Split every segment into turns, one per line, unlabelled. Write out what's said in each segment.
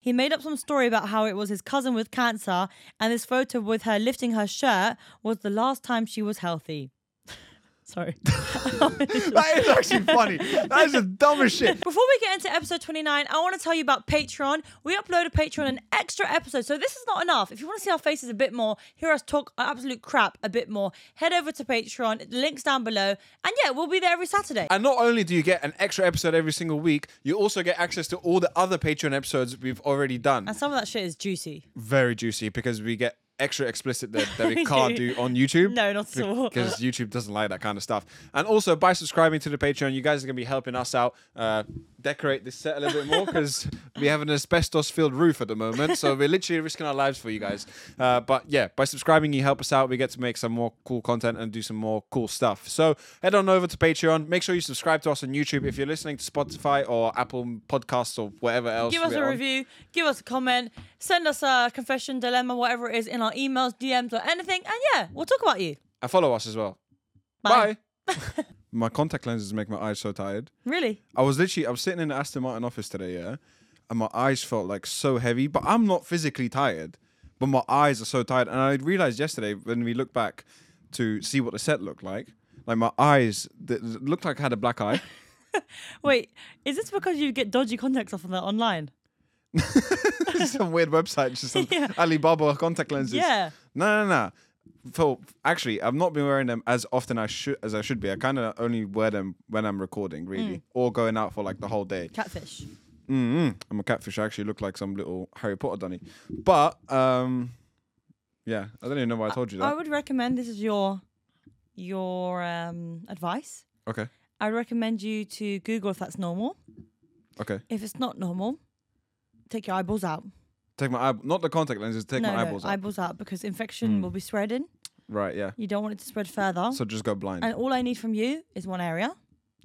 He made up some story about how it was his cousin with cancer, and this photo with her lifting her shirt was the last time she was healthy. Sorry.
That is actually funny. That is the dumbest shit.
Before we get into episode 29, I want to tell you about Patreon. We upload a Patreon an extra episode, so this is not enough. If you want to see our faces a bit more, hear us talk absolute crap a bit more, head over to Patreon. The link's down below. And yeah, we'll be there every Saturday.
And not only do you get an extra episode every single week, you also get access to all the other Patreon episodes we've already done.
And some of that shit is juicy.
Very juicy because we get extra explicit that, that we can't do on YouTube.
No, not at all.
Because YouTube doesn't like that kind of stuff. And also, by subscribing to the Patreon, you guys are going to be helping us out uh, decorate this set a little bit more because we have an asbestos filled roof at the moment. So we're literally risking our lives for you guys. Uh, but yeah, by subscribing, you help us out. We get to make some more cool content and do some more cool stuff. So head on over to Patreon. Make sure you subscribe to us on YouTube. If you're listening to Spotify or Apple Podcasts or whatever else,
Give us
we're
a
on.
review, give us a comment, send us a confession, dilemma, whatever it is in our emails, DMs, or anything. And yeah, we'll talk about you.
And follow us as well.
Bye.
Bye. my contact lenses make my eyes so tired.
Really?
I was literally I was sitting in the Aston Martin office today, yeah, and my eyes felt like so heavy. But I'm not physically tired, but my eyes are so tired. And I realized yesterday when we looked back to see what the set looked like, like my eyes th- looked like I had a black eye.
Wait, is this because you get dodgy contacts off of that online?
some weird website, just some
Yeah.
Alibaba contact lenses.
Yeah.
No, no, no. So actually, I've not been wearing them as often as should as I should be. I kind of only wear them when I'm recording, really,
Mm.
or going out for like the whole day.
Catfish.
Mm-mm. I'm a catfish. I actually look like some little Harry Potter dunny. But um, yeah, I don't even know why I told you
I
that.
would recommend this is your your um, advice.
Okay,
I would recommend you to Google if that's normal.
okay.
If it's not normal, take your eyeballs out.
Take my eye, not the contact lenses. Take
no,
my eyeballs.
no,
out. Hmm.
eyeballs out because infection will be spreading.
Right, yeah.
You don't want it to spread further.
So just go blind.
and all I need from you is one area,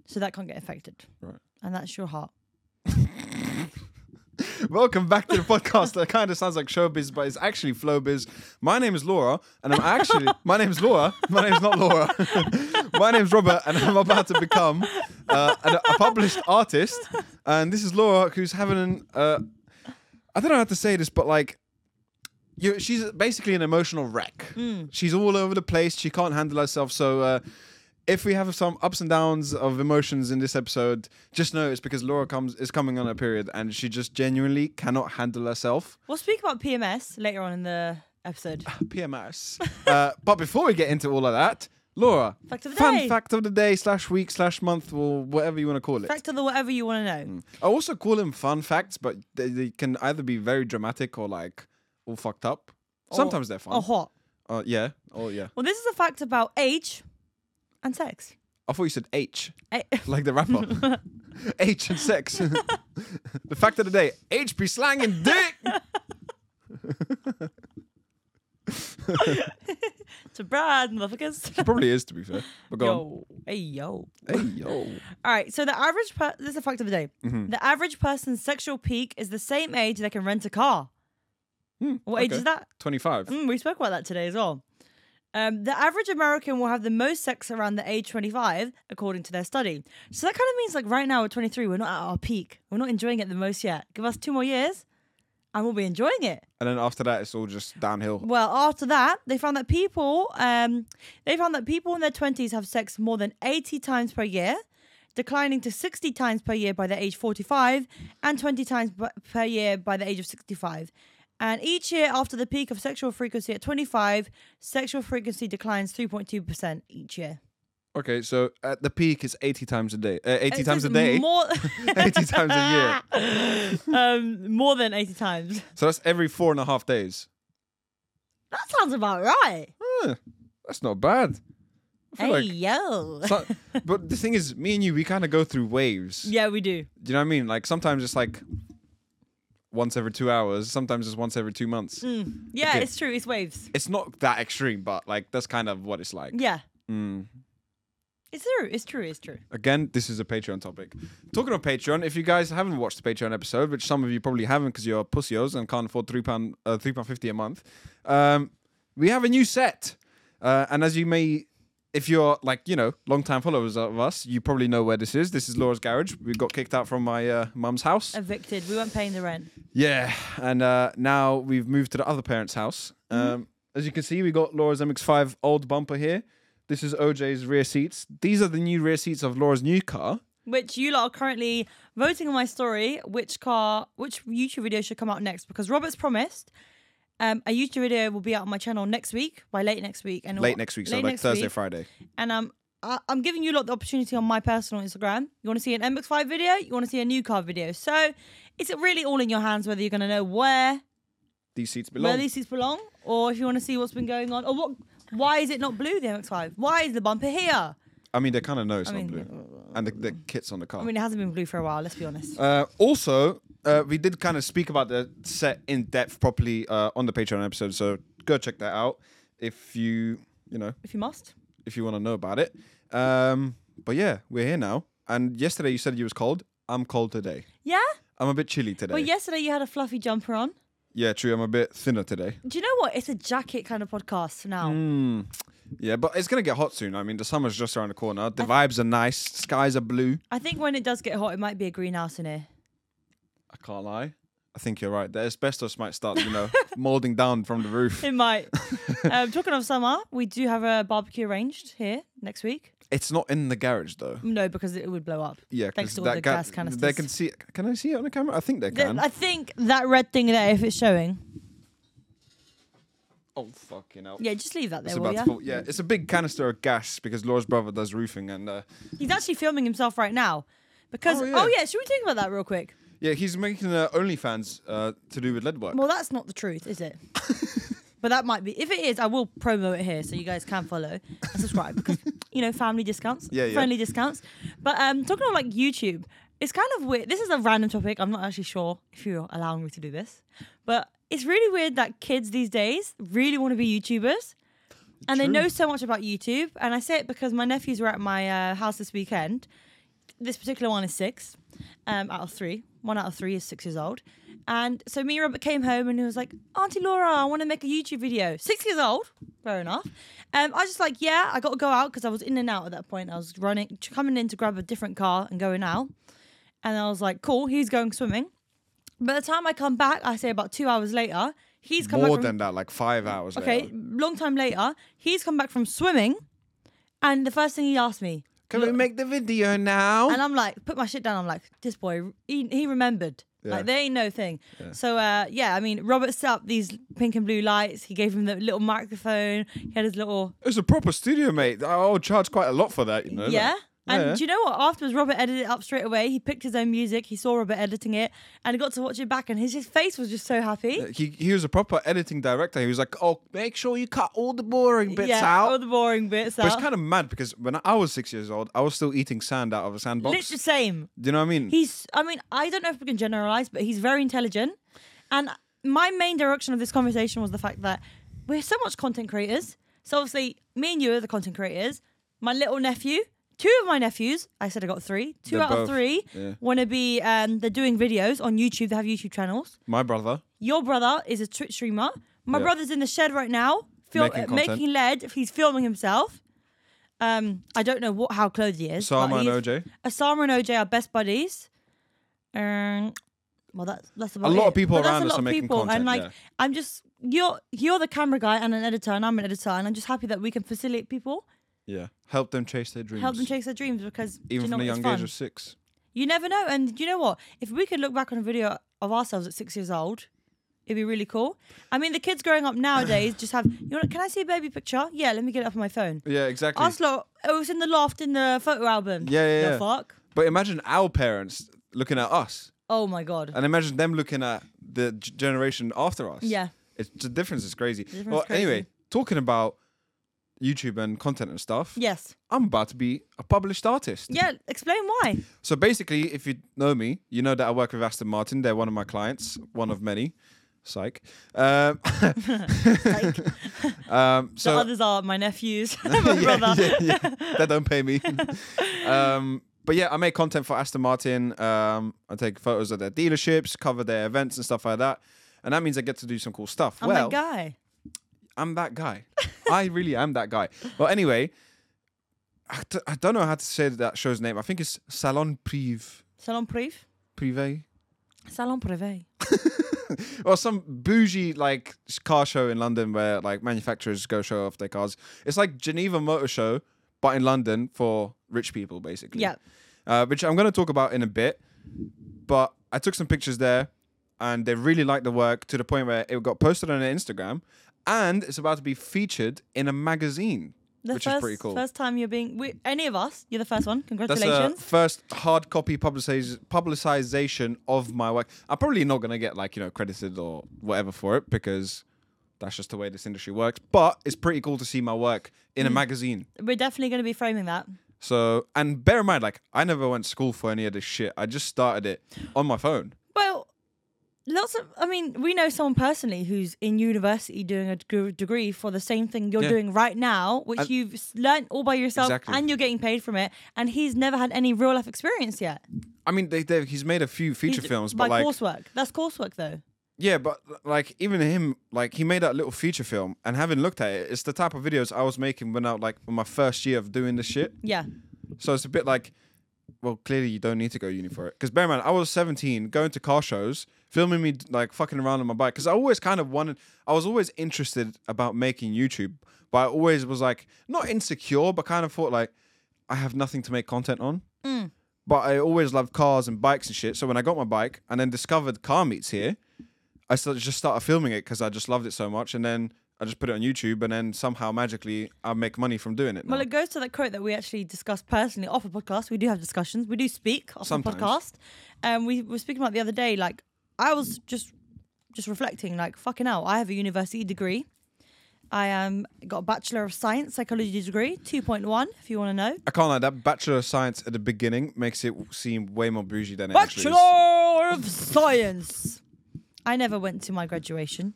so that can't get affected.
Right.
And that's your heart.
Welcome back to the podcast. That kind of sounds like showbiz, but it's actually flowbiz. My name is Laura, and I'm actually my name's Laura. My name's not Laura. my name's Robert, and I'm about to become uh, an, a published artist. And this is Laura, who's having an uh, I don't know how to say this, but like. You, she's basically an emotional wreck. She's all over the place. She can't handle herself. So, uh, if we have some ups and downs of emotions in this episode, just know it's because Laura comes is coming on a period and she just genuinely cannot handle herself.
We'll speak about PMS later on in the episode.
PMS. uh, but before we get into all of that, Laura,
Fact of the
fun
day.
fact of the day slash week slash month or whatever you want to call it.
Back to the whatever you want to know.
I also call them fun facts, but they, they can either be very dramatic or like all fucked up. Sometimes they're fun.
Or what?
Uh, yeah. Oh yeah.
Well, this is a fact about age and sex. Eh,
I thought you said H.
A-
like the rapper. H and sex. the fact of the day: H be slang and dick.
to Brad, motherfuckers.
Probably is to be fair. But go on.
Yo, hey yo.
Hey yo.
All right, so the average per- this is a fact of the day.
Mm-hmm.
The average person's sexual peak is the same age they can rent a car. what age
Hmm, okay.
is that?
Twenty-five.
Mm, we spoke about that today as well. Um, the average American will have the most sex around the age 25, according to their study. So that kind of means like right now at 23, we're not at our peak. We're not enjoying it the most yet. Give us two more years, and we'll be enjoying it.
And then after that, it's all just downhill.
Well, after that, they found that people, um, they found that people in their twenties have sex more than eighty times per year, declining to sixty times per year by the age forty-five, and twenty times b- per year by the age of sixty-five. And each year after the peak of sexual frequency at twenty-five, sexual frequency declines three point two percent each year.
Okay, so at the peak, it's eighty times a day. Uh, eighty
It
times a
says
day.
More,
eighty times a year.
um, more than eighty times.
So that's every four and a half days.
That sounds about right.
Huh, that's not bad.
Hey
I feel
yo.
like- So- but the thing is, me and you, we kind of go through waves.
yeah, we do.
Do you know what I mean? Like sometimes it's like once every two hours. Sometimes it's once every two months.
Mm. Yeah,
Okay.
it's true. It's waves.
it's not that extreme, but like that's kind of what it's like.
Yeah.
Mm.
It's true. It's true. It's true.
Again, this is a Patreon topic. Talking of Patreon, if you guys haven't watched the Patreon episode, which some of you probably haven't because you're pussios and can't afford three pound uh, three pound fifty a month, um, we have a new set, uh, and as you may if you're like you know long-time followers of us, you probably know where this is. This is Laura's garage. We got kicked out from my uh, mum's house.
Evicted. We weren't paying the rent.
Yeah, and uh, now we've moved to the other parents' house. Um, as you can see, we got Laura's MX-5 old bumper here. This is OJ's rear seats. These are the new rear seats of Laura's new car.
Which you lot are currently voting on my story. Which car? Which YouTube video should come out next? Because Robert's promised. Um, a YouTube video will be out on my channel next week, by late next week, and
Late next week, so
late
like
next
Thursday,
week.
Friday.
and um, I- I'm giving you lot the opportunity on my personal Instagram. You want to see an MX5 video? You want to see a new car video? So it's really all in your hands whether you're going to know where
These seats
where
belong.
these seats belong, or if you want to see what's been going on, or what why is it not blue the MX5? Why is the bumper here?
I mean, they kind of know it's
mean, uh,
not blue, and the, the kit's on the car.
I mean, it hasn't been blue for a while. Let's be honest.
Uh, also, uh, we did kind of speak about the set in depth properly uh, on the Patreon episode, so go check that out if you you know
If you must,
if you want to know about it. Um, but yeah, we're here now. And yesterday you said you was cold. I'm cold today.
yeah.
I'm a bit chilly today.
Well, yesterday you had a fluffy jumper on.
yeah, true. I'm a bit thinner today.
Do you know what? It's a jacket kind of podcast now.
Mm. Yeah, but it's gonna get hot soon. I mean, the summer's just around the corner. The vibes are nice. Skies are blue.
I think when it does get hot, it might be a greenhouse in here.
I can't lie. I think you're right. The asbestos might start, you know, molding down from the roof.
It might. um, talking of summer, we do have a barbecue arranged here next week.
It's not in the garage though.
No, because it would blow up.
Yeah,
Mm. thanks
'cause
to all
that
the
ga-
gas canisters.
They can see. Can I see it on the camera? I think they
Th-
can.
I think that red thing there, if it's showing,
oh fucking hell!
yeah, just leave that
It's
there, will
about
ya?
to fall. Yeah, it's a big canister of gas because Laura's brother does roofing, and uh,
He's actually filming himself right now. Because
Oh,
oh
yeah.
yeah. should we talk about that real quick?
yeah, he's making uh, OnlyFans uh, to do with lead work.
Well, that's not the truth, is it? but that might be. If it is, I will promo it here so you guys can follow and subscribe because you know family discounts,
Yeah, yeah.
friendly discounts. But um, talking about like YouTube, it's kind of weird. This is a random topic. I'm not actually sure if you're allowing me to do this, but it's really weird that kids these days really want to be YouTubers. And they
True.
know so much about YouTube. And I say it because my nephews were at my uh, house this weekend. This particular one is six um, out of three. One out of three is six years old. And so me and Robert came home and he was like, Auntie Laura, I want to make a YouTube video. Six years old, fair enough. Um, I was just like, yeah, I got to go out because I was in and out at that point. I was running, coming in to grab a different car and going out. And I was like, cool, he's going swimming. By the time I come back, I say about two hours later, he's come
More
back. from- Mm.
than that, like five hours.
okay,
later.
long time later, he's come back from swimming. And the first thing he asked me,
Can we make the video now?
and I'm like, put my shit down. I'm like, this boy, he, he remembered.
Yeah.
Like, there ain't no thing. So, uh, yeah, I mean, Robert set up these pink and blue lights. He gave him the little microphone. He had his little,
It's a proper studio, mate. I'll charge quite a lot for that, you know.
yeah.
Oh, Yeah,
And
yeah.
do you know what? Afterwards, Robert edited it up straight away. He picked his own music. He saw Robert editing it and he got to watch it back. And his, his face was just so happy.
Like, He, he was a proper editing director. He was like, "Oh, make sure you cut all the boring bits
yeah,
out."
all the boring bits
but
out.
it's kind of mad because when I was six years old, I was still eating sand out of a sandbox.
Literally the same.
Do you know what I mean?
He's, I mean, I don't know if we can generalize, but he's very intelligent. And my main direction of this conversation was the fact that we're so much content creators. So obviously, me and you are the content creators. My little nephew, two of my nephews, I said I got three, two
They're
out
both-
of three
yeah.
want to be, um, they're doing videos on YouTube. They have YouTube channels.
My brother.
Your brother is a Twitch streamer. My
Yeah.
brother's in the shed right now, fil-
Making
making,
content.
making lead. He's filming himself. Um, I don't know what how clothed he is. but
Sama and
he's-
OJ.
Osama and OJ are best buddies. Um, well, that's that's about
A lot
it.
of people
But that's
around
a
us
lot
are
of
making
people,
content,
and like
yeah.
I'm just you're you're the camera guy and an editor, and I'm an editor, and I'm just happy that we can facilitate people,
Yeah. Help them chase their dreams.
help them chase their dreams because do
Even
you know
from a
what? It's
young
fun.
age of six.
you never know, and you know what? If we could look back on a video of ourselves at six years old. It'd be really cool. I mean, the kids growing up nowadays just have. You want? Can I see a baby picture? Yeah, let me get it up on my phone.
Yeah, exactly.
Us lot, it was in the loft in the photo album.
Yeah, yeah,
The
yeah.
fuck.
But imagine our parents looking at us,
Oh my god.
and imagine them looking at the g- generation after us.
Yeah.
it's the difference is crazy.
difference
well,
is crazy.
anyway, talking about YouTube and content and stuff.
yes.
I'm about to be a published artist.
Yeah, explain why.
So basically, if you know me, you know that I work with Aston Martin. They're one of my clients, one of many. Psych. Um,
Like the
um, so
others are my nephews, my
yeah,
brother.
yeah, yeah. They don't pay me. um, but yeah, I make content for Aston Martin. Um, I take photos of their dealerships, cover their events and stuff like that. And that means I get to do some cool stuff.
I'm
well,
that guy.
I'm that guy. I really am that guy. Well, anyway, I, d- I don't know how to say that show's name. I think it's Salon Prive,
Salon privé.
Privé,
Salon privé.
or some bougie like s- car show in London where like manufacturers go show off their cars. It's like Geneva Motor Show, but in London for rich people, basically.
Yeah.
uh, which I'm going to talk about in a bit. But I took some pictures there, and they really liked the work to the point where it got posted on their Instagram, and it's about to be featured in a magazine,
The
which
first,
is pretty cool.
First time you're being we, any of us. You're the first one.
That's the
Congratulations.
first hard copy publiciz- publicization of my work. I'm probably not going to get like you know credited or whatever for it because that's just the way this industry works. But it's pretty cool to see my work in a
Mm.
magazine.
We're definitely going to be framing that.
So and bear in mind, like I never went to school for any of this shit. I just started it on my phone.
Well, lots of. I mean, we know someone personally who's in university doing a deg- degree for the same thing you're
Yeah.
doing right now, which
And-
you've s- learnt all by yourself,
Exactly.
and you're getting paid from it. And he's never had any real life experience yet.
I mean, they, they, he's made a few feature
He's-
films,
by
but like,
coursework. That's coursework though.
yeah, but like even him, like he made that little feature film, and having looked at it, it's the type of videos I was making when I like in my first year of doing this shit.
Yeah.
So it's a bit like, well, clearly you don't need to go uni for it. Because bear in mind, I was 17, going to car shows, filming me like fucking around on my bike. Because I always kind of wanted, I was always interested about making YouTube, but I always was like not insecure, but kind of thought like I have nothing to make content on. But I always loved cars and bikes and shit. So when I got my bike and then discovered car meets here, I started, just started filming it because I just loved it so much, and then. I just put it on YouTube, and then somehow magically I make money from doing it.
Well,
now.
it goes to that quote that we actually discussed personally off a podcast. We do have discussions. We do speak off a
Sometimes.
podcast. Um, we were speaking about the other day. Like, I was just just reflecting. Like, fucking hell, I have a university degree. I um got a bachelor of science psychology degree, two point one. If you want to know,
I can't lie. That Bachelor of Science at the beginning makes it seem way more bougie than it actually is.
bachelor of science. I never went to my graduation,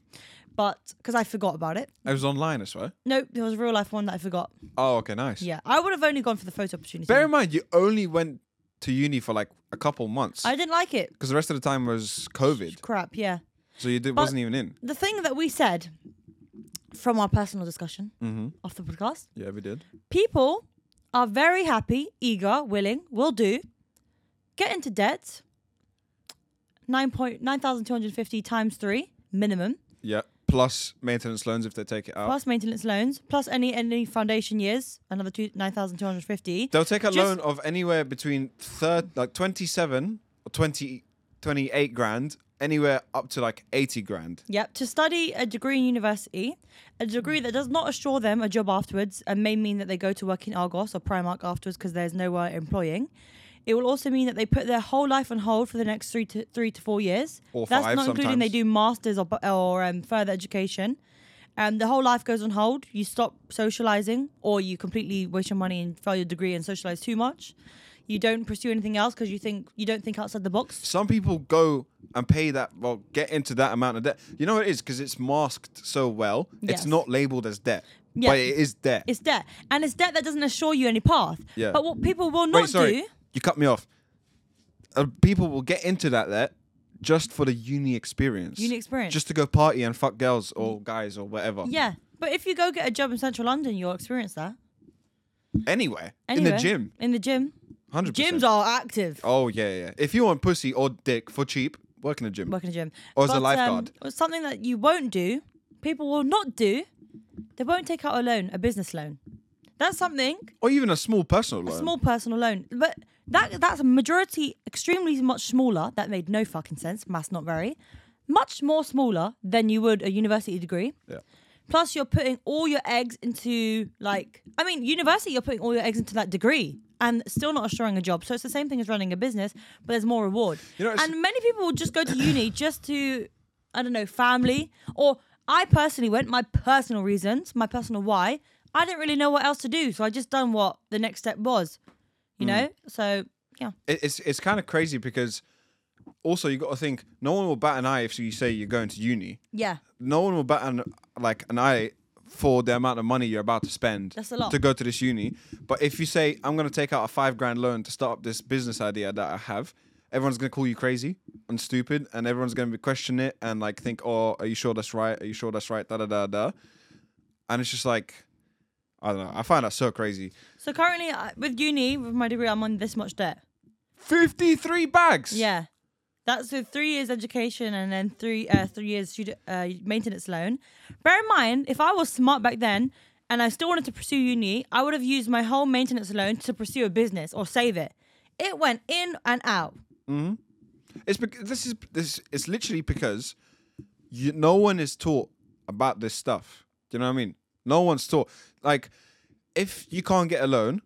but because I forgot about it.
It was online as well.
Nope, there was a real life one that I forgot.
Oh, okay, nice.
Yeah, I would have only gone for the photo opportunity.
Bear in mind, you only went to uni for like a couple months
I didn't like it.
because the rest of the time was COVID,
Crap. Yeah.
so you did, wasn't even in.
the thing that we said from our personal discussion off the podcast
Yeah, we did.
people are very happy eager willing will do get into debt Nine point nine thousand two hundred fifty times 3 minimum
Yeah. Plus maintenance loans if they take it out.
plus maintenance loans plus any any foundation years another two, 9250
They'll take a
Just-
loan of anywhere between third, like twenty-seven or 20, 28 grand, anywhere up to like eighty grand.
Yep, to study a degree in university, a
Hmm.
degree that does not assure them a job afterwards and may mean that they go to work in Argos or Primark afterwards because there's nowhere employing. It will also mean that they put their whole life on hold for the next three to three to four years.
Or
That's
five
not including they
sometimes.
do masters or bu- or um, further education. Um, the whole life goes on hold. You stop socializing, or you completely waste your money and fail your degree and socialize too much. You don't pursue anything else because you think you don't think outside the box.
some people go and pay that well get into that amount of debt you know what it is because it's masked so well
Yes.
it's not labeled as debt
Yeah.
but it is debt
It's debt, and it's debt that doesn't assure you any path.
Yeah.
But what people will not
wait sorry
do,
you cut me off uh, people will get into that debt just for the uni experience
Uni experience.
just to go party and fuck girls or guys or whatever
yeah. But if you go get a job in Central London, you'll experience that.
anywhere in
Anywhere.
the gym
In the gym.
100%
Gyms are active.
oh yeah yeah if you want pussy or dick for cheap work in a gym
Work in a gym.
Or as a
But, um,
lifeguard.
or something that you won't do, people will not do. They won't take out a loan, a business loan. That's something
or even a small personal loan
small personal loan, but that that's a majority extremely much smaller. That made no fucking sense. Mass not very much more smaller than you would a university degree.
Yeah.
Plus, you're putting all your eggs into like I mean, university. You're putting all your eggs into that degree and still not assuring a job. So it's the same thing as running a business, but there's more reward.
You know, it's-
and many people will just go to uni just to I don't know family or I personally went my personal reasons, my personal why. I didn't really know what else to do, so I just done what the next step was, you
Hmm.
know. So yeah,
it- it's it's kind of crazy because also you got to think no one will bat an eye if you say you're going to uni.
yeah,
No one will bat an like an eye for the amount of money you're about to spend
That's a lot.
to go to this uni. But if you say I'm going to take out a five grand loan to start up this business idea that I have, everyone's going to call you crazy and stupid, and everyone's going to be question it and like think, oh, are you sure that's right? Are you sure that's right? Da da da da. And it's just like I don't know. I find that so crazy.
So currently, I- with uni, with my degree, I'm on this much debt.
53 bags.
Yeah, that's with three years education and then three uh, three years student uh, maintenance loan. Bear in mind, if I was smart back then and I still wanted to pursue uni, I would have used my whole maintenance loan to pursue a business or save it. It went in and out.
It's because this is this it's literally because you, no one is taught about this stuff. Do you know what I mean? No one's taught. Like, if you can't get a loan,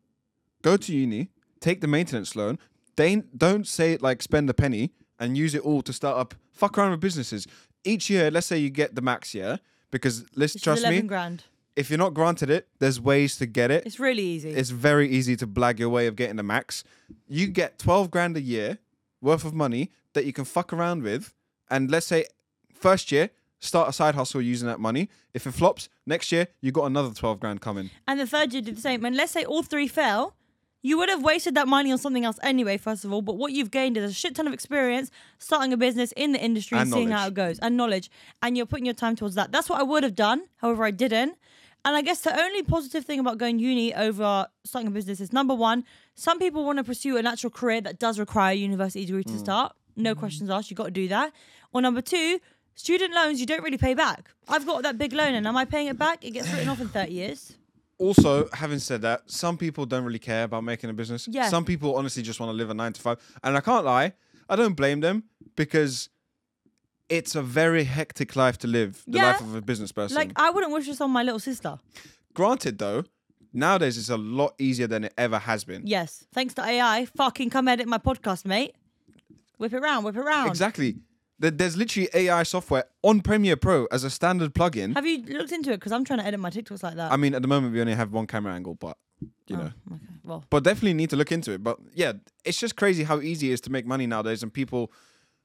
go to uni, take the maintenance loan. They don't say like spend a penny and use it all to start up. Fuck around with businesses. Each year, let's say you get the max year because let's
It's
trust me.
eleven grand.
If you're not granted it, there's ways to get it
It's really easy.
it's very easy to blag your way of getting the max. You get 12 grand a year worth of money that you can fuck around with. And let's say first year, start a side hustle using that money. If it flops, next year, you got another 12 grand coming.
and the third year did the same. And let's say all three fail, you would have wasted that money on something else anyway, first of all. But what you've gained is a shit ton of experience starting a business in the industry and,
And
seeing how
knowledge.
it goes and knowledge. And you're putting your time towards that. That's what I would have done. However, I didn't. And I guess the only positive thing about going uni over starting a business is number one, some people want to pursue an actual career that does require a university degree to start. No questions asked, you got to do that. Or number two, student loans you don't really pay back. I've got that big loan and am I paying it back? It gets written off in 30 years.
Also, having said that, some people don't really care about making a business.
Yeah.
Some people honestly just want to live a nine to five. And I can't lie, I don't blame them because it's a very hectic life to live, the
Yeah.
life of a business person.
Like I wouldn't wish this on my little sister.
Granted, though, nowadays it's a lot easier than it ever has been.
Yes, thanks to AI, fucking come edit my podcast, mate. Whip it round, whip it round.
Exactly. There- There's literally AI software on Premiere Pro as a standard plugin.
Have you looked into it? Because I'm trying to edit my TikToks like that.
I mean, at the moment we only have one camera angle, but you know,
okay. Well,
but definitely need to look into it. But yeah, it's just crazy how easy it is to make money nowadays, and people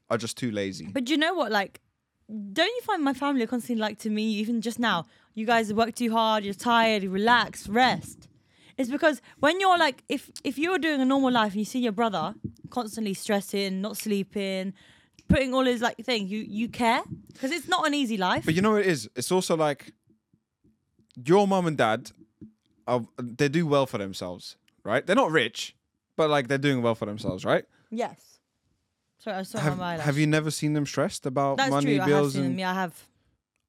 are just too lazy.
but you know what? Like, don't you find my family are constantly like to me, even just now? You guys work too hard. You're tired. Relax, rest. It's because when you're like, if if you were doing a normal life and you see your brother constantly stressing, not sleeping, putting all his like thing, you you care because it's not an easy life.
But you know what it is? It's also like your mom and dad are they do well for themselves, right? They're not rich, but like they're doing well for themselves, right?
Yes. Sorry, I saw
Have,
Oh my eyelash.
have you never seen them stressed about
That's
money,
true. I have
bills,
seen
and
them. Yeah, I have.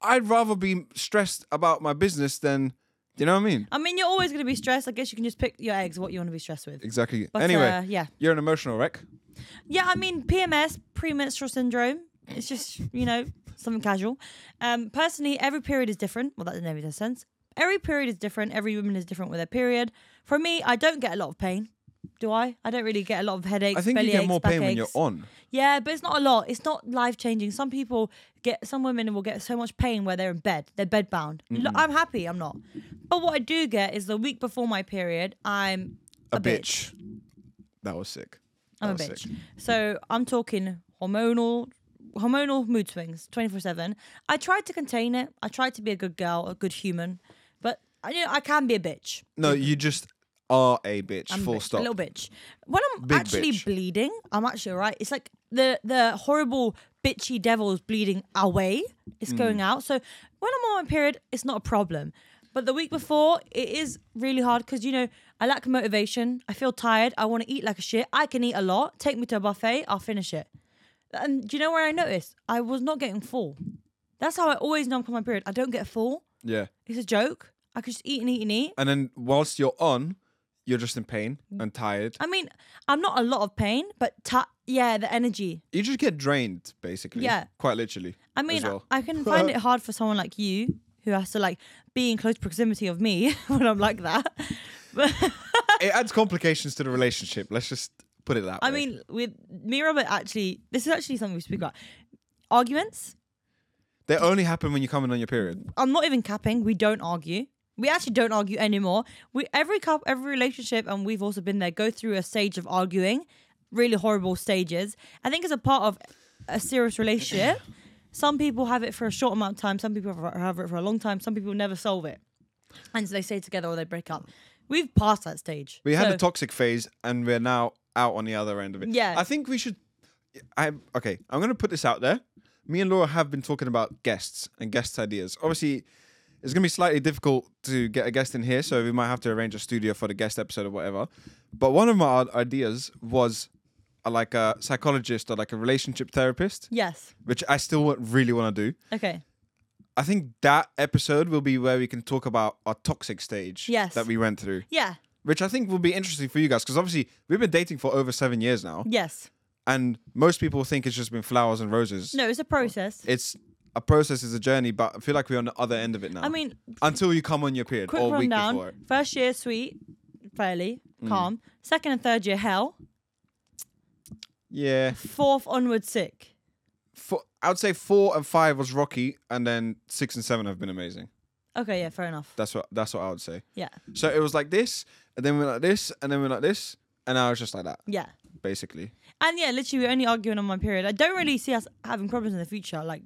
I'd rather be stressed about my business than you know what I mean?
I mean, you're always going to be stressed. I guess you can just pick your eggs, what you want to be stressed with.
Exactly.
But,
anyway,
uh, yeah,
you're an emotional wreck.
yeah. I mean, PMS, premenstrual syndrome. It's just you know something casual. Um, personally, every period is different. Well, that doesn't make any sense. Every period is different. Every woman is different with their period. For me, I don't get a lot of pain. Do I? I don't really get a lot of headaches.
I think you
belly
get
aches,
more
back
pain when you're
aches.
on.
Yeah, but it's not a lot. It's not life changing. Some people get, some women will get so much pain where they're in bed, they're bed bound. I'm happy, I'm not. But what I do get is the week before my period, I'm a,
A bitch. That was sick.
I'm a
That was
bitch.
sick.
So I'm talking hormonal, hormonal mood swings, 24 seven. I tried to contain it. I tried to be a good girl, a good human, but I, you know, I can be a bitch.
No, you just are a bitch.
I'm a
full
bitch,
stop.
A little bitch. When I'm
Big
actually
bitch.
bleeding, I'm actually alright. It's like the the horrible bitchy devil is bleeding away. It's
Hmm.
going out. So when I'm on my period, it's not a problem. But the week before, it is really hard because you know I lack motivation. I feel tired. I want to eat like a shit. I can eat a lot. Take me to a buffet. I'll finish it. And do you know where I noticed? I was not getting full. That's how I always know I'm on my period. I don't get full.
Yeah.
It's a joke. I could just eat and eat and eat.
And then whilst you're on, you're just in pain and tired.
I mean, Mm. I'm not a lot of pain, but ta- yeah, the energy.
You just get drained, basically.
Yeah.
Quite literally.
I mean,
as well.
I can find it hard for someone like you who has to like be in close proximity of me when I'm like that. But
it adds complications to the relationship. Let's just put it that
I
way.
mean, with me and Robert, actually, this is actually something we speak about. Arguments.
they only happen when you're coming on your period.
I'm not even capping. We don't argue. We actually don't argue anymore. We every couple, every relationship, and we've also been there. Go through a stage of arguing, really horrible stages. I think as a part of a serious relationship, some people have it for a short amount of time. Some people have- have it for a long time. Some people never solve it, and so they stay together or they break up. We've passed that stage.
We had
So-
the toxic phase, and we're now out on the other end of it.
Yeah.
I think we should. I okay. I'm gonna put this out there. Me and Laura have been talking about guests and guest ideas. Obviously, It's going to be slightly difficult to get a guest in here, so we might have to arrange a studio for the guest episode or whatever. But one of my ideas was uh, like a psychologist or like a relationship therapist,
Yes.
which I still wa- really want to do.
Okay.
I think that episode will be where we can talk about our toxic stage
Yes.
that we went through,
Yeah.
which I think will be interesting for you guys because obviously we've been dating for over seven years now,
Yes.
and most people think it's just been flowers and roses.
No, it's a process.
It's a process, it's a journey, but I feel like we're on the other end of it now.
I mean,
until you come on your period
quick
or week before. Mm.
rundown.
it.
First year, sweet, fairly calm. Second and third year, hell.
Yeah,
Fourth onward, sick.
four, I would say four and five was rocky, and then six and seven have been amazing.
Okay. Yeah. Fair enough.
That's what that's what I would say.
Yeah.
So it was like this, and then we're like this, and then we're like this, and I was just like that
Yeah.
basically.
And yeah, literally, we're only arguing on my period. I don't really see us having problems in the future. Like,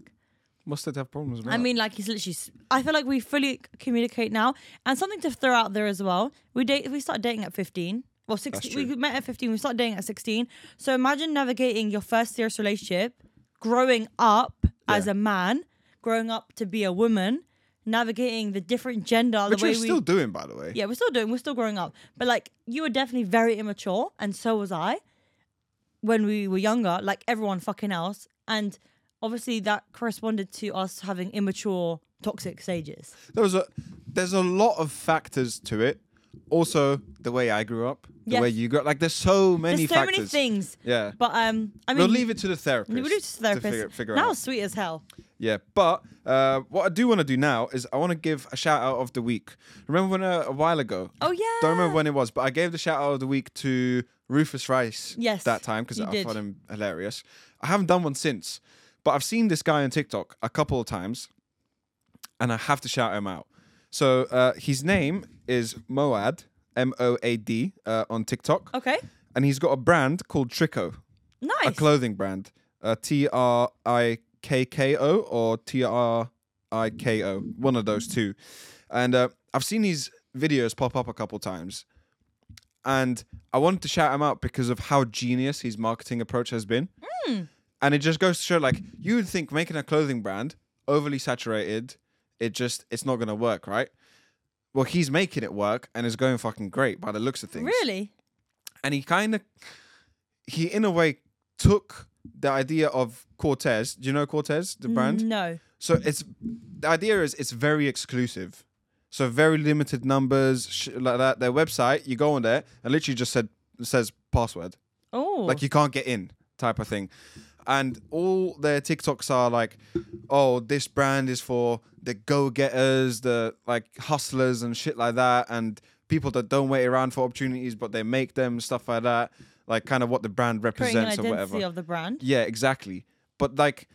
Must have have problems. With
I mean, like he's literally. s- I feel like we fully c- communicate now, and something to throw out there as well. We date. We start dating at fifteen. Well, sixteen. We
true.
met at fifteen. We start dating at sixteen. So imagine navigating your first serious relationship, growing up as
Yeah.
a man, growing up to be a woman, navigating the different gender.
which
the way
we're still
we.
doing, by the way.
Yeah, we're still doing. We're still growing up. But like, you were definitely very immature, and so was I when we were younger. Like everyone fucking else, and obviously that corresponded to us having immature, toxic stages.
There was a there's a lot of factors to it. Also, the way I grew up, the
Yes.
way you grew up, like there's so many
There's so
factors.
many things.
Yeah.
But um, I mean,
we'll leave it to the therapist.
we'll leave it to the therapist.
To figure, figure
that
out.
was sweet as hell.
Yeah, but uh, what I do want to do now is I want to give a shout out of the week. Remember when uh, a while ago?
Oh yeah.
Don't remember when it was, but I gave the shout out of the week to Rufus Rice.
Yes,
that time because
you
I
did.
found him hilarious. I haven't done one since, but I've seen this guy on TikTok a couple of times, and I have to shout him out. So uh, his name is Moad M O A D uh, on TikTok,
Okay.
and he's got a brand called Trico a
Nice.
clothing brand. Uh, T R I K K O or T R I K O, one of those two. And uh, I've seen these videos pop up a couple times, and I wanted to shout him out because of how genius his marketing approach has been.
Hmm.
And it just goes to show, like you would think, making a clothing brand overly saturated, it just it's not gonna work, right? Well, he's making it work, and it's going fucking great by the looks of things
really?
and he kind of he in a way took the idea of Cortez. Do you know Cortez,
Mm-hmm.
the brand?
No.
So it's the idea is it's very exclusive. So very limited numbers sh- like that. Their website, you go on there and literally just said says password.
Oh.
Like you can't get in type of thing. And all their TikToks are like, oh, this brand is for the go-getters, the like hustlers and shit like that, and people that don't wait around for opportunities but they make them, stuff like that. Like kind of what the brand
creating an
represents or whatever.
identity of the brand.
Yeah, exactly. But like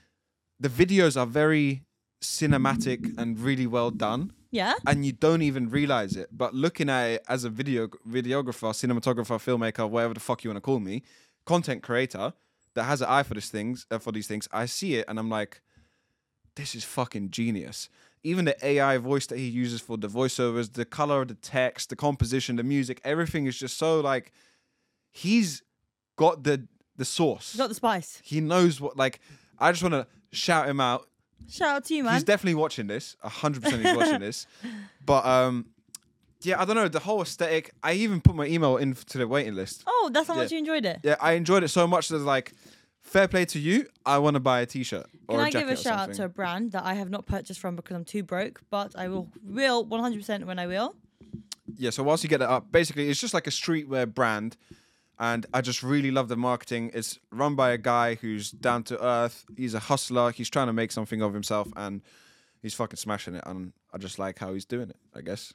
the videos are very cinematic and really well done
Yeah.
and you don't even realize it. But looking at it as a video videographer, cinematographer, filmmaker, whatever the fuck you want to call me, content creator that has an eye for these things, uh, for these things, I see it and I'm like, this is fucking genius. Even the AI voice that he uses for the voiceovers, the color of the text, the composition, the music, everything is just so like he's got the the source.
It's got the spice.
he knows what like I just want to shout him out
Shout out to you, man.
He's definitely watching this. A hundred percent, he's watching this. But um, yeah, I don't know the whole aesthetic. I even put my email in to the waiting list.
oh, that's how
Yeah.
much you enjoyed it.
Yeah, I enjoyed it so much that like, fair play to you. I want to buy a t-shirt or
Can
a
I give
jacket
a
or
shout out
something.
to a brand that I have not purchased from because I'm too broke, but I will will 100% when I will.
yeah, so whilst you get it up, basically it's just like a streetwear brand. And I just really love the marketing. It's run by a guy who's down to earth. He's a hustler. He's trying to make something of himself and he's fucking smashing it. And I just like how he's doing it, I guess.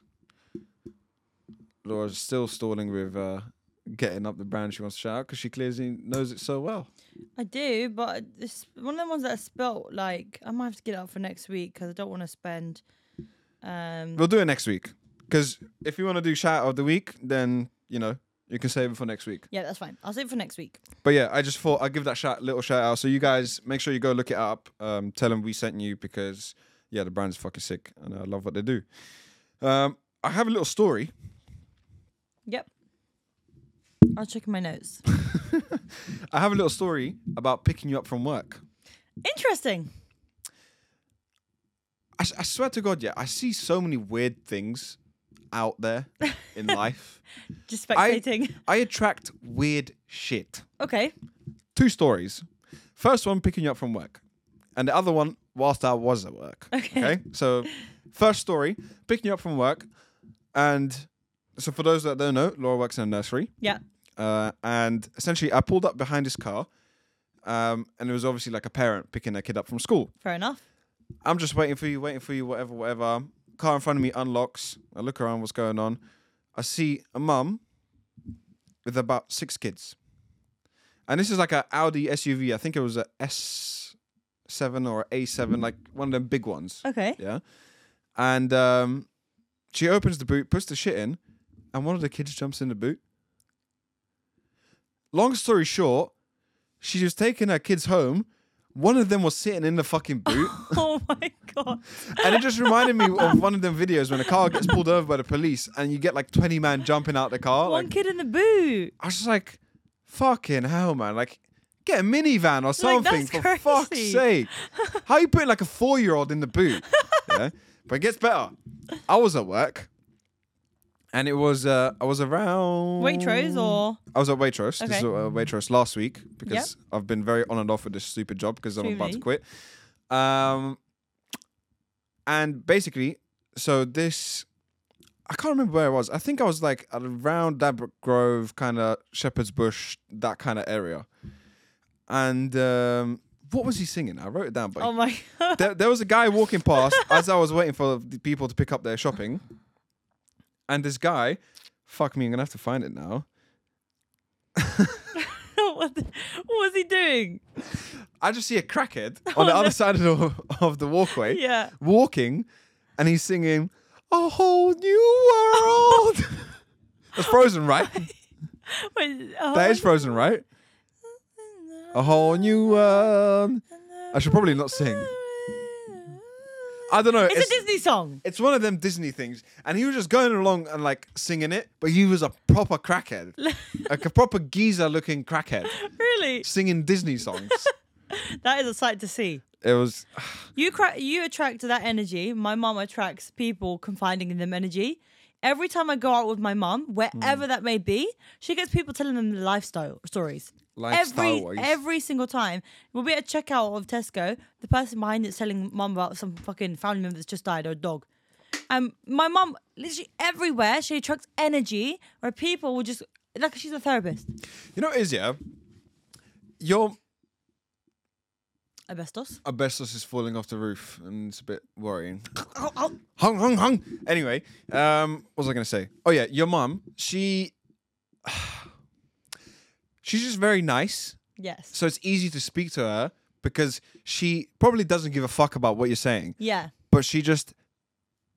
Laura's still stalling with uh, getting up the brand she wants to shout out because she clearly knows it so well.
I do, but it's one of the ones that I spelt like I might have to get it out for next week because I don't want to spend. Um,
We'll do it next week. Because if you want to do shout out of the week, then, you know, you can save it for next week.
yeah, that's fine. I'll save it for next week.
But yeah, I just thought I'd give that shout, little shout out. So you guys make sure you go look it up. Um, tell them we sent you because yeah, the brand's fucking sick and I love what they do. Um, I have a little story.
Yep. I'll check my notes.
I have a little story about picking you up from work.
Interesting.
I, s- I swear to God, yeah, I see so many weird things out there in life.
Just
I,
spectating.
I attract weird shit.
okay.
Two stories. First one, picking you up from work, and the other one, whilst I was at work.
Okay.
So, first story, picking you up from work, and so for those that don't know, Laura works in a nursery,
Yeah.
uh, and essentially, I pulled up behind his car, um, and it was obviously like a parent picking their kid up from school.
Fair enough.
I'm just waiting for you, waiting for you, whatever, whatever. Car in front of me unlocks. I look around, what's going on? I see a mum with about six kids. And this is like a Audi SUV. I think it was a S7 or A7, like one of them big ones.
Okay.
Yeah. And um, she opens the boot, puts the shit in, and one of the kids jumps in the boot. Long story short, she was taking her kids home. One of them was sitting in the fucking boot.
Oh my god.
And it just reminded me of one of them videos when a car gets pulled over by the police and you get like 20 man jumping out the car.
One
Oh, Like,
kid in the boot.
I was just like, fucking hell, man. Like, get a minivan or something
that's
for fuck's
crazy.
sake. How you putting like a four year old in the boot? yeah. But it gets better. I was at work and it was, uh, I was around.
Waitrose or
I was at Waitrose. This
Okay.
is uh, Waitrose last week because I've been very on and off with this stupid job because I'm about to
Extremely.
quit. Um, and basically, so this, I can't remember where I was. I think I was like around Dabrook Grove, kind of Shepherd's Bush, that kind of area. And um, what was he singing? I wrote it down, but
oh my god.
there, there was a guy walking past as I was waiting for the people to pick up their shopping. And this guy, fuck me, I'm gonna have to find it now.
what, the- what was he doing?
I just see a crackhead on the
Oh, no.
other side of the, of the walkway
Yeah.
walking and he's singing a whole new world. That's frozen, right?
Wait, oh,
That is frozen, right? A whole new world. I should probably not sing. I don't know.
It's,
It's,
a Disney song.
it's one of them Disney things. And he was just going along and like singing it, but he was a proper crackhead. like a proper geezer looking crackhead
Really,
singing Disney songs.
that is a sight to see.
it was
You cra- you attract that energy. My mum attracts people confiding in them energy. Every time I go out with my mum, wherever that may be, she gets people telling them lifestyle stories.
Lifestyle
every
ways.
every single time. We'll be at a checkout of Tesco. The person behind it's telling mum about some fucking family member that's just died or a dog. Um, my mum literally everywhere she attracts energy where people will just like she's a therapist.
You know what it is, yeah? Your
Asbestos.
asbestos is falling off the roof and it's a bit worrying.
Oh, oh.
Hung, hung, hung. Anyway, um, what was I going to say? Oh yeah, your mum. She, she's just very nice,
Yes.
so it's easy to speak to her because she probably doesn't give a fuck about what you're saying,
Yeah.
but she just,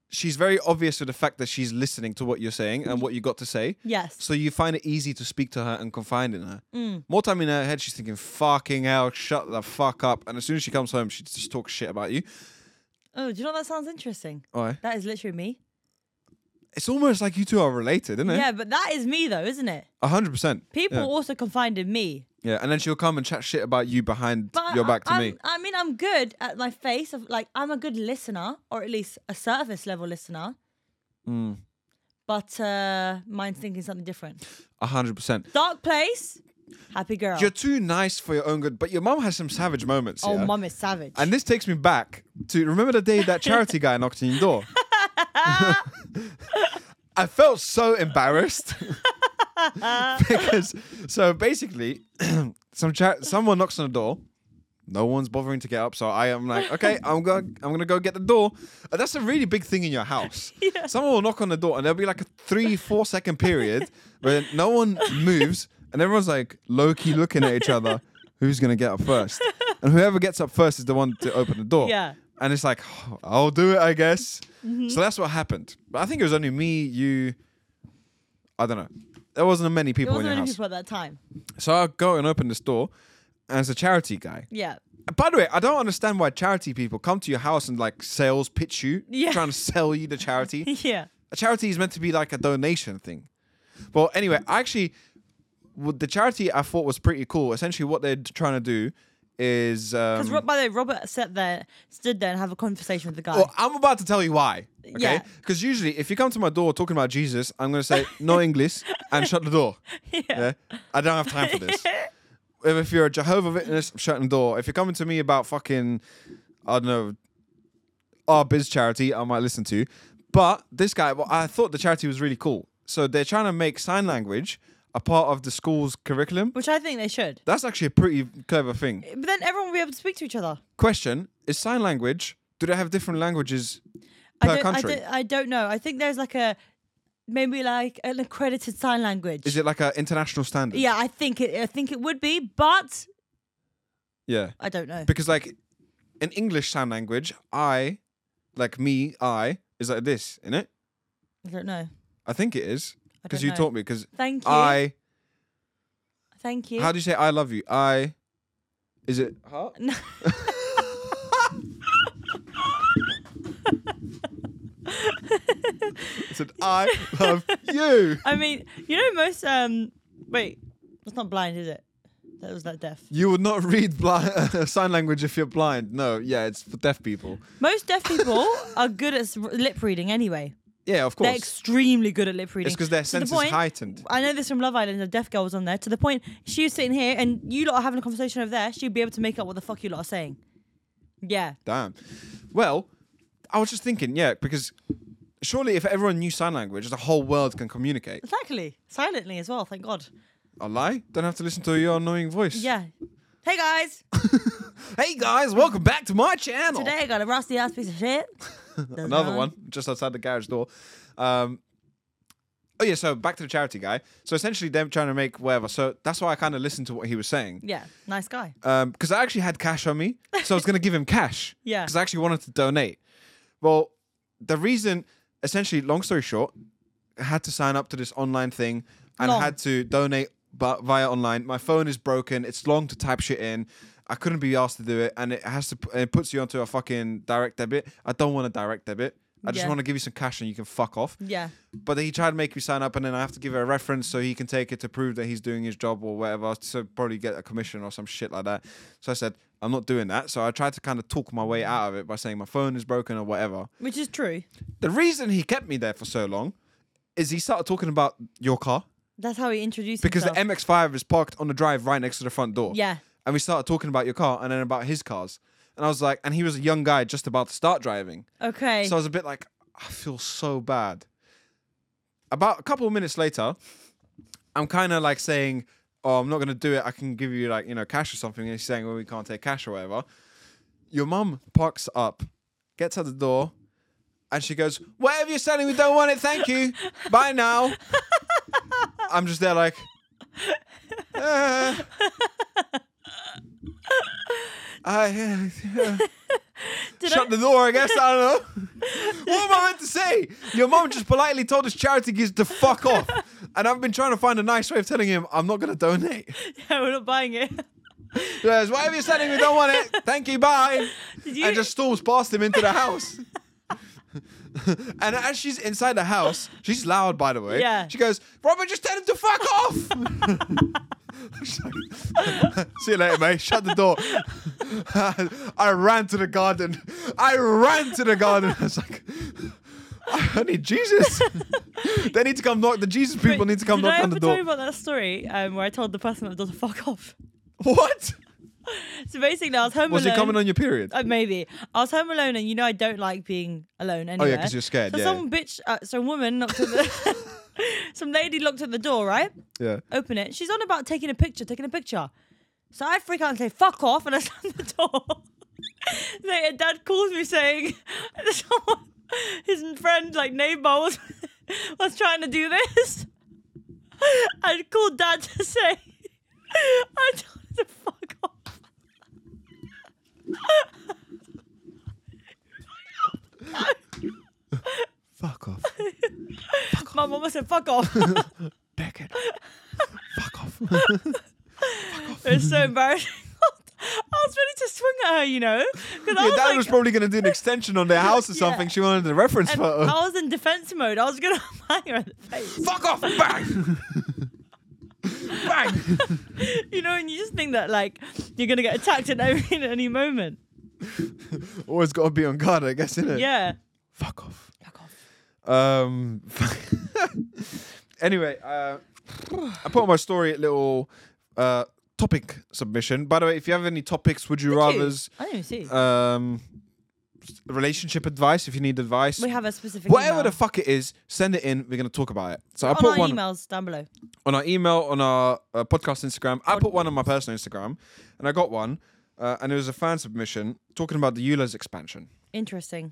she's very obvious with the fact that she's listening to what you're saying and what you got to say.
Yes.
So you find it easy to speak to her and confide in her. More time in her head, she's thinking, "Fucking hell, shut the fuck up!" And as soon as she comes home, she just talks shit about you.
Oh, do you know what that sounds interesting?
Why?
That is literally me.
It's almost like you two are related, isn't it?
Yeah, but that is me though, isn't it?
A hundred percent.
People
Yeah.
also confide in me.
Yeah, and then she'll come and chat shit about you behind
But
your
I-
back to
I'm,
me.
I mean, I'm good at my face of like I'm a good listener, or at least a surface level listener.
Mm.
But uh mine's thinking something different.
A hundred percent.
Dark place, happy girl.
You're too nice for your own good, but your mum has some savage moments.
oh,
yeah?
mum is savage.
And this takes me back to remember the day that charity guy knocked on your door. I felt so embarrassed because so basically, some cha- someone knocks on the door. No one's bothering to get up, so I am like, okay, I'm going. I'm gonna go get the door. Uh, That's a really big thing in your house. Someone will knock on the door, and there'll be like a three, four second period where no one moves, and everyone's like low key looking at each other. Who's gonna get up first? And whoever gets up first is the one to open the door.
Yeah. Mm-hmm.
And it's like, "Oh, I'll do it, I guess. So that's what happened. But I think it was only me, you. I don't know. There wasn't many
there
people in
wasn't
your
many
house.
people at that time.
So I go and open this door, and it's a charity guy.
Yeah.
By the way, I don't understand why charity people come to your house and like sales pitch you,
Yeah.
trying to sell you the charity.
Yeah.
a charity is meant to be like a donation thing. Well, anyway, actually, w- the charity I thought was pretty cool. Essentially, what they're trying to do is.
Because
Um,
by the way, Robert sat there, stood there, and have a conversation with the guy.
well, I'm about to tell you why. Okay.
Yeah.
Because usually, if you come to my door talking about Jesus, I'm going to say, no English, and shut the door.
yeah.
Yeah? I don't have time for this. if if you're a Jehovah Witness, I'm shutting the door. If you're coming to me about fucking, I don't know, our biz charity, I might listen to. But this guy, well, I thought the charity was really cool. So they're trying to make sign language a part of the school's curriculum.
Which I think they should.
That's actually a pretty clever thing.
But then everyone will be able to speak to each other.
Question: Is sign language? Do they have different languages
I
per
don't,
country?
I don't, I don't know. I think there's like a maybe like an accredited sign language.
Is it like an international standard?
yeah, I think it. I think it would be, but
Yeah.
I don't know.
Because like in English sign language, I, like me, I is like this, isn't it?
I don't know.
I think it
I
is because
don't
you
know.
taught me. Because
Thank you.
I,
Thank you.
how do you say I love you? I, is it? Huh?
No.
It's an I love you.
I mean, you know most um. Wait, that's not blind, is it? That was that deaf.
You would not read blind, sign language if you're blind. No, yeah, it's for deaf people.
Most deaf people are good at s- lip reading anyway.
Yeah, of
They're
course.
extremely good at lip reading.
it's because their
To the
sense is
point-
heightened.
I know this from Love Island. The deaf girl was on there to the point she was sitting here and you lot are having a conversation over there. She'd be able to make out what the fuck you lot are saying. Yeah.
Damn. Well, I was just thinking, yeah, because surely if everyone knew sign language, the whole world can communicate.
Exactly. Silently as well, thank God.
A lie? Don't have to listen to your annoying voice.
Yeah. Hey guys,
Hey guys, welcome back to my channel.
today I got a rusty ass piece of shit. Does
Another
not-
one just outside the garage door. Um, oh yeah, so back to the charity guy. So essentially, them trying to make whatever. So that's why I kind of listened to what he was saying
Yeah, nice guy.
because Um, I actually had cash on me, so I was gonna give him cash.
Yeah.
because I actually wanted to donate. Well, the reason, essentially, long story short, I had to sign up to this online thing and
Long.
had to donate bu- via online. My phone is broken. It's long to type shit in. I couldn't be asked to do it, and it has to. It puts you onto a fucking direct debit. I don't want a direct debit. I just
Yeah.
want to give you some cash and you can fuck off.
Yeah.
But he tried to make you sign up, and then I have to give it a reference so he can take it to prove that he's doing his job or whatever. So probably get a commission or some shit like that. So I said, I'm not doing that. So I tried to kind of talk my way out of it by saying my phone is broken or whatever.
Which is true.
The reason he kept me there for so long is he started talking about your car
That's how he introduced
because
himself.
the MX5 is parked on the drive right next to the front door.
Yeah.
And we started talking about your car and then about his cars. And I was like, and he was a young guy just about to start driving.
okay.
So I was a bit like, I feel so bad. About a couple of minutes later, I'm kind of like saying, Oh, I'm not going to do it. I can give you like, you know, cash or something. And he's saying, Well, we can't take cash or whatever. Your mum parks up, gets out the door, and she goes, Whatever you're selling, we don't want it. Thank you. Bye now. I'm just there like, "Uh, I, uh,
Did
Shut
I-
the door, I guess. I don't know. what am I meant to say? Your mom just politely told us charity gives the fuck off. And I've been trying to find a nice way of telling him I'm not going to donate.
yeah, we're not buying it.
Yes, whatever you're selling, we don't want it. Thank you, bye.
Did you
And just storms past him into the house. and as she's inside the house, she's loud, by the way.
Yeah.
She goes, Robert, just tell him to fuck off. I'm just like, See you later, mate. Shut the door. I ran to the garden. I ran to the garden. I was like, I need Jesus. they need to come knock. The Jesus people
Wait,
need to come
did I
knock on
ever
the
tell you
door.
about that story um, where I told the person at the door to fuck off?
What?
So basically, I was home
Was
alone.
it coming on your period?
Uh, maybe I was home alone, and you know I don't like being alone anywhere.
'cause you're scared,
So
Oh, yeah.
some bitch, uh, some woman knocked at the, some lady knocked at the door, right?
yeah.
Open it. She's on about taking a picture, taking a picture. So I freak out and say "fuck off," and I slam the door. Later, Dad calls me saying, "Someone, his friend, like neighbor, was was trying to do this." I called Dad to say, "I told her to fuck off."
Fuck off.
My mama said, "Fuck off."
Beckett. Fuck off.
It's so embarrassing. I was ready to swing at her, you know, because I
Your
was
dad
like,
was probably going to do an extension on their house or
Yeah.
something. She wanted the reference
and
photo.
I was in defense mode. I was gonna bang her in the face.
Fuck off! Bang! Bang!
you know, and you just think that like you're gonna get attacked at every at any moment.
Always got to be on guard, I guess, innit?
Yeah.
Fuck off.
Fuck off.
Um. anyway, uh, I put on my story a little uh, topic submission. By the way, if you have any topics, would you rather's
I didn't even see.
um, relationship advice? If you need advice,
we have a specific
whatever
email.
the fuck it is, send it in. We're gonna talk about it. So I
on our
put one
emails down below.
on our email, on our uh, podcast Instagram. I put one on my personal Instagram, and I got one, uh, and it was a fan submission talking about the Eulers expansion.
Interesting.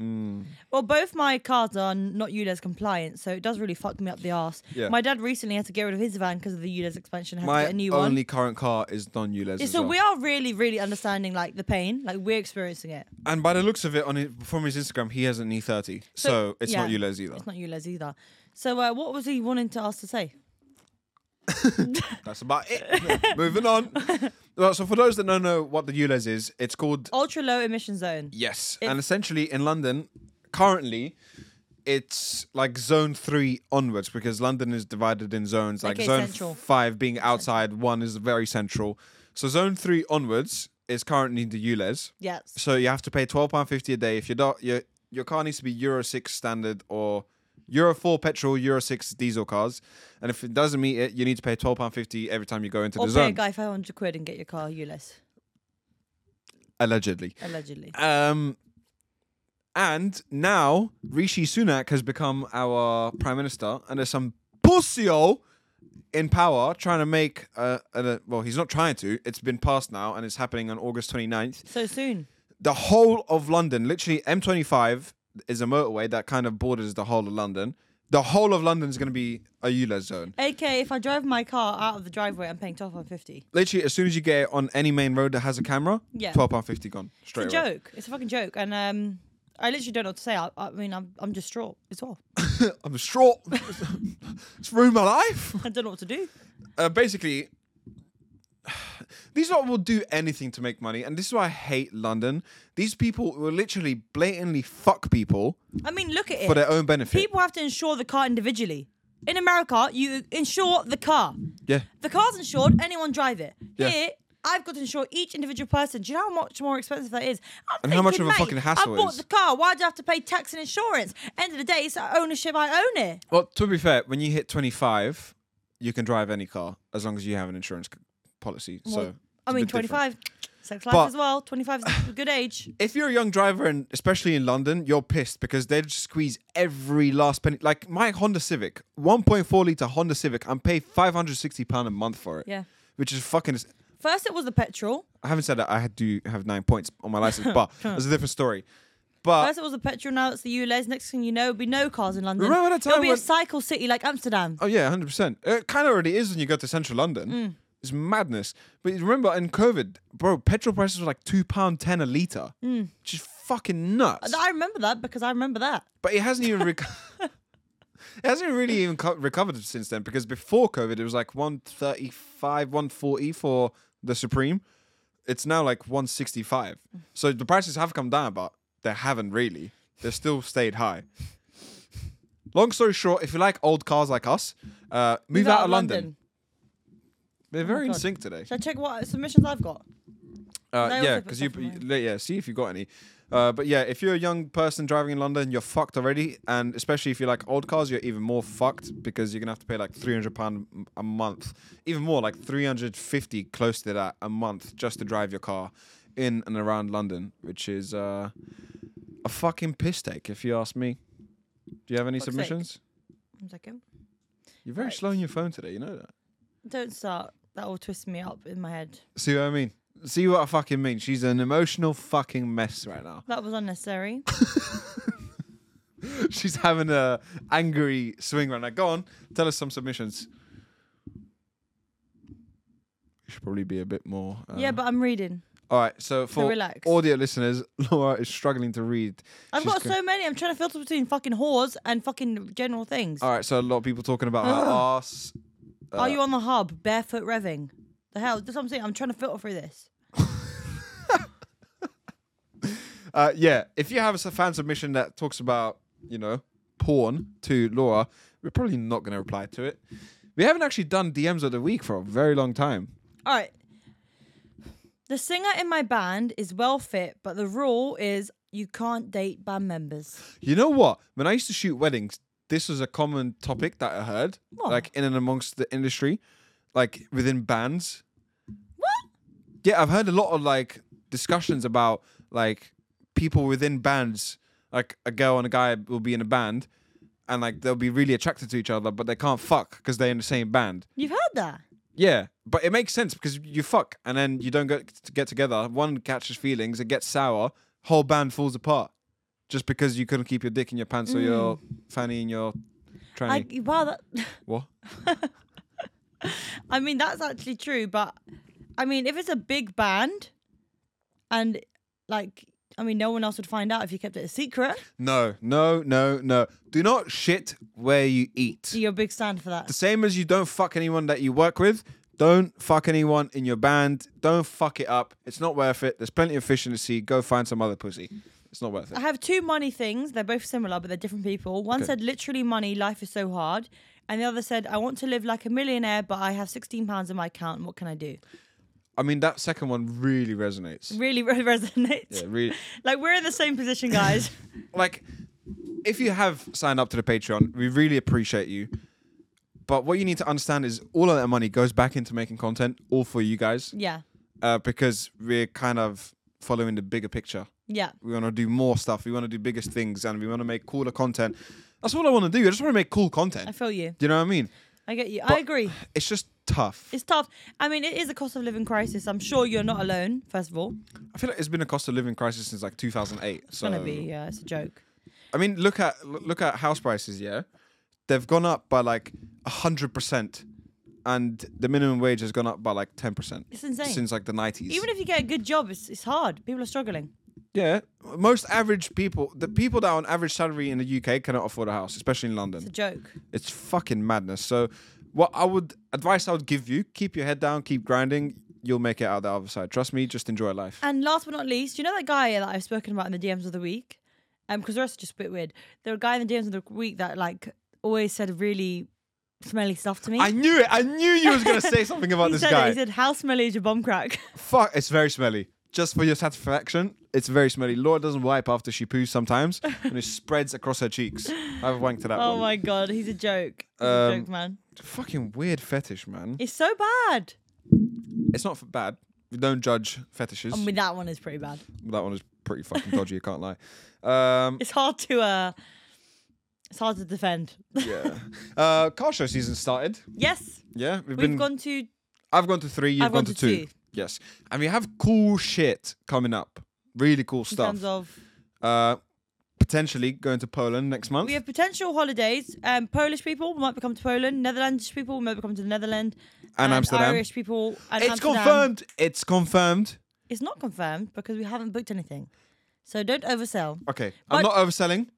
Mm.
Well, both my cars are not ULEZ compliant, so it does really fuck me up the ass.
Yeah.
My dad recently had to get rid of his van because of the ULEZ expansion. Had to
My
get a new one.
only current car is non-Eulers.
Yeah,
as
so
well.
we are really, really understanding like the pain, like we're experiencing it.
And by the looks of it, on his, from his Instagram, he has an E30, so, it's not
yeah.
Ulez either.
It's not ULEZ either. So uh, what was he wanting to us to say?
That's about it. Moving on. Well, so for those that don't know what the Ulez is, it's called
Ultra low emission zone.
Yes, and essentially in London, currently, it's like zone three onwards because London is divided in zones. Like
Okay,
zone
central.
five being outside, one is very central. So zone three onwards is currently the ULEZ.
Yes.
So you have to pay twelve pound fifty a day if your do- your your car needs to be Euro six standard or Euro four petrol, Euro six diesel cars, and if it doesn't meet it, you need to pay twelve pound fifty every time you go into
Or
the
pay a
zone.
guy five hundred quid and get your car ULEZ,
Allegedly,
allegedly.
um, and now Rishi Sunak has become our prime minister, and there's some pussyo in power trying to make uh, uh well he's not trying to it's been passed now and it's happening on august 29th
So soon.
the whole of London, literally M25 is a motorway that kind of borders the whole of London. The whole of London is going to be a ULEZ zone.
AK, if I drive my car out of the driveway, I'm paying twelve pound fifty.
Literally, as soon as you get on any main road that has a camera,
Yeah.
twelve pound fifty gone straight
It's a
away.
joke. It's a fucking joke. And um I literally don't know what to say. I, I mean I'm I'm distraught as well.
I'm distraught. it's ruined my life.
I don't know what to do.
Uh, basically, these lot will do anything to make money, and this is why I hate London. These people will literally blatantly fuck people
I mean look at it.
for their own benefit.
People have to insure the car individually. In America, you insure the car.
yeah,
The car's insured, anyone drive it.
Yeah.
Here, I've got to insure each individual person. Do you know how much more expensive that is? I'm
And how much
thinking,
of a
mate,
fucking hassle
I
it
bought
is.
the car. Why do I have to pay tax and insurance? End of the day, it's ownership. I own it.
Well, to be fair, when you hit 25, you can drive any car as long as you have an insurance c- policy. so,
Well, I
it's a
mean,
bit different.
25, sex life
But-
as well. 25 is a good age.
If you're a young driver, and especially in London, you're pissed because they just squeeze every last penny. Like my Honda Civic, 1.4 litre Honda Civic, I'm paid £560 a month for it.
Yeah.
Which is fucking.
First, it was the petrol.
I haven't said that I had to have nine points on my license, but it's a different story. But
First, it was the petrol. Now it's the ULEZ. Next thing you know, there'll be no cars in London.
Remember that time
It'll be a
when-
cycle city like Amsterdam.
Oh yeah, hundred percent. It kind of already is when you go to central London. It's madness. But you remember in COVID, bro, petrol prices were like two pound ten a liter, which is fucking nuts.
Uh, I remember that because I remember that.
But it hasn't even reco- it hasn't really even co- recovered since then because before COVID, it was like one thirty five, one forty for the Supreme. It's now like one sixty five. So the prices have come down, but they haven't really. They've still stayed high. Long story short, if you like old cars like us, uh, move, out, of London. Oh They're very in
God.
sync today.
Should I check what submissions I've got?
Uh,
They
yeah,
also put
because you,
stuff on
you- yeah, see if you got any. Uh, but yeah, if you're a young person driving in London, you're fucked already, and especially if you like old cars, you're even more fucked because you're gonna have to pay like three hundred pound a month, even more like three hundred fifty, close to that, a month just to drive your car in and around London, which is uh, a fucking piss take, if you ask me. Do you have any
Fuck's sake.
submissions?
One second.
You're very
Right.
slow on your phone today, you know that.
Don't start. That will twist me up in my head.
See what I mean? See what I fucking mean? She's an emotional fucking mess right now.
That was unnecessary.
She's having a angry swing right now. Go on, tell us some submissions. You should probably be a bit more. Uh,
yeah, but I'm reading.
all right. So for
relax.
audio listeners, Laura is struggling to read.
I've
She's
got
go-
so many. I'm trying to filter between fucking whores and fucking general things.
All right. So a lot of people talking about her ass.
Are you on the hub, barefoot revving? The hell? That's what I'm saying. I'm trying to filter through this.
Uh, yeah. If you have a fan submission that talks about you know porn to Laura, we're probably not going to reply to it We haven't actually done DMs of the week for a very long time.
All right. The singer in my band is well fit, but the rule is you can't date band members.
You know what? When I used to shoot weddings, this was a common topic that I heard,
What?
like in and amongst the industry, like within bands.
What?
Yeah, I've heard a lot of like discussions about like people within bands, like a girl and a guy will be in a band, and like they'll be really attracted to each other, but they can't fuck because they're in the same band.
You've heard that?
Yeah, but it makes sense because you fuck and then you don't get to get together. One catches feelings, it gets sour, whole band falls apart just because you couldn't keep your dick in your pants or your fanny in your
I,
tranny.
wow, that,
what?
I mean that's actually true, but I mean if it's a big band, and like I mean no one else would find out if you kept it a secret.
No, no, no, no. Do not shit where you eat.
You're a big stand for that.
The same as you don't fuck anyone that you work with. Don't fuck anyone in your band. Don't fuck it up. It's not worth it. There's plenty of fish in the sea. Go find some other pussy. It's not worth it.
I have two money things. They're both similar, but they're different people. One
Okay.
said, literally, money, life is so hard. And the other said, I want to live like a millionaire, but I have £16 in my account. What can I do?
I mean, that second one really resonates.
Really, really resonates.
Yeah, really.
Like, we're in the same position, guys.
like if you have signed up to the patreon we really appreciate you but what you need to understand is all of that money goes back into making content all for you guys
yeah.
uh, because we're kind of following the bigger picture
Yeah.
we want to do more stuff we want to do biggest things and we want to make cooler content that's all i want to do i just want to make cool
I
content
feel you.
do you know what i mean
I get you. I
But-
agree.
it's just tough
It's tough. I mean, it is a cost of living crisis. I'm sure you're not alone, first of all.
i feel like it's been a cost of living crisis since like 2008
It's
so
going to be, yeah, it's a joke.
i mean look at look at house prices yeah they've gone up by like 100% and the minimum wage has gone up by like 10%
It's insane.
since like the 90s
Even if you get a good job, it's, it's hard. People are struggling.
yeah most average people the people that are on average salary in the uk cannot afford a house especially in london
It's a joke.
it's fucking madness so what i would advice i would give you keep your head down keep grinding you'll make it out the other side trust me just enjoy life
And last but not least, you know that guy that I've spoken about in the DMs of the week? Um, because the rest are just a bit weird. There was a guy in the DMs of the week that like always said really smelly stuff to me.
I knew it. I knew you was gonna say something about
he
this
said
guy.
It, he said, "How smelly is your bomb crack?"
Fuck, it's very smelly. Just for your satisfaction, it's very smelly. Laura doesn't wipe after she poos sometimes, and it spreds across her cheeks. I've wanked to that
oh
one.
my god, he's a joke. He's a
Um,
joke man.
Fucking weird fetish, man.
It's so bad.
It's not f- bad. We don't judge fetishes.
I mean, that one is pretty bad.
that one is pretty fucking dodgy. I can't lie. Um,
It's hard to uh, it's hard to defend.
yeah. Uh, car show season started.
yes,
Yeah, we've,
we've
been.
gone to
I've gone to three. You've
I've
gone, to, two. Yes, and we have cool shit coming up. Really cool
in
stuff.
terms of
uh, potentially going to Poland next month.
We have potential holidays. Um, Polish people might become to Poland. Netherlands people might become to the Netherlands. Um,
And Amsterdam.
Irish people. And
it's
Amsterdam.
confirmed. It's confirmed.
It's not confirmed because we haven't booked anything. So don't oversell.
Okay,
But-
I'm not overselling,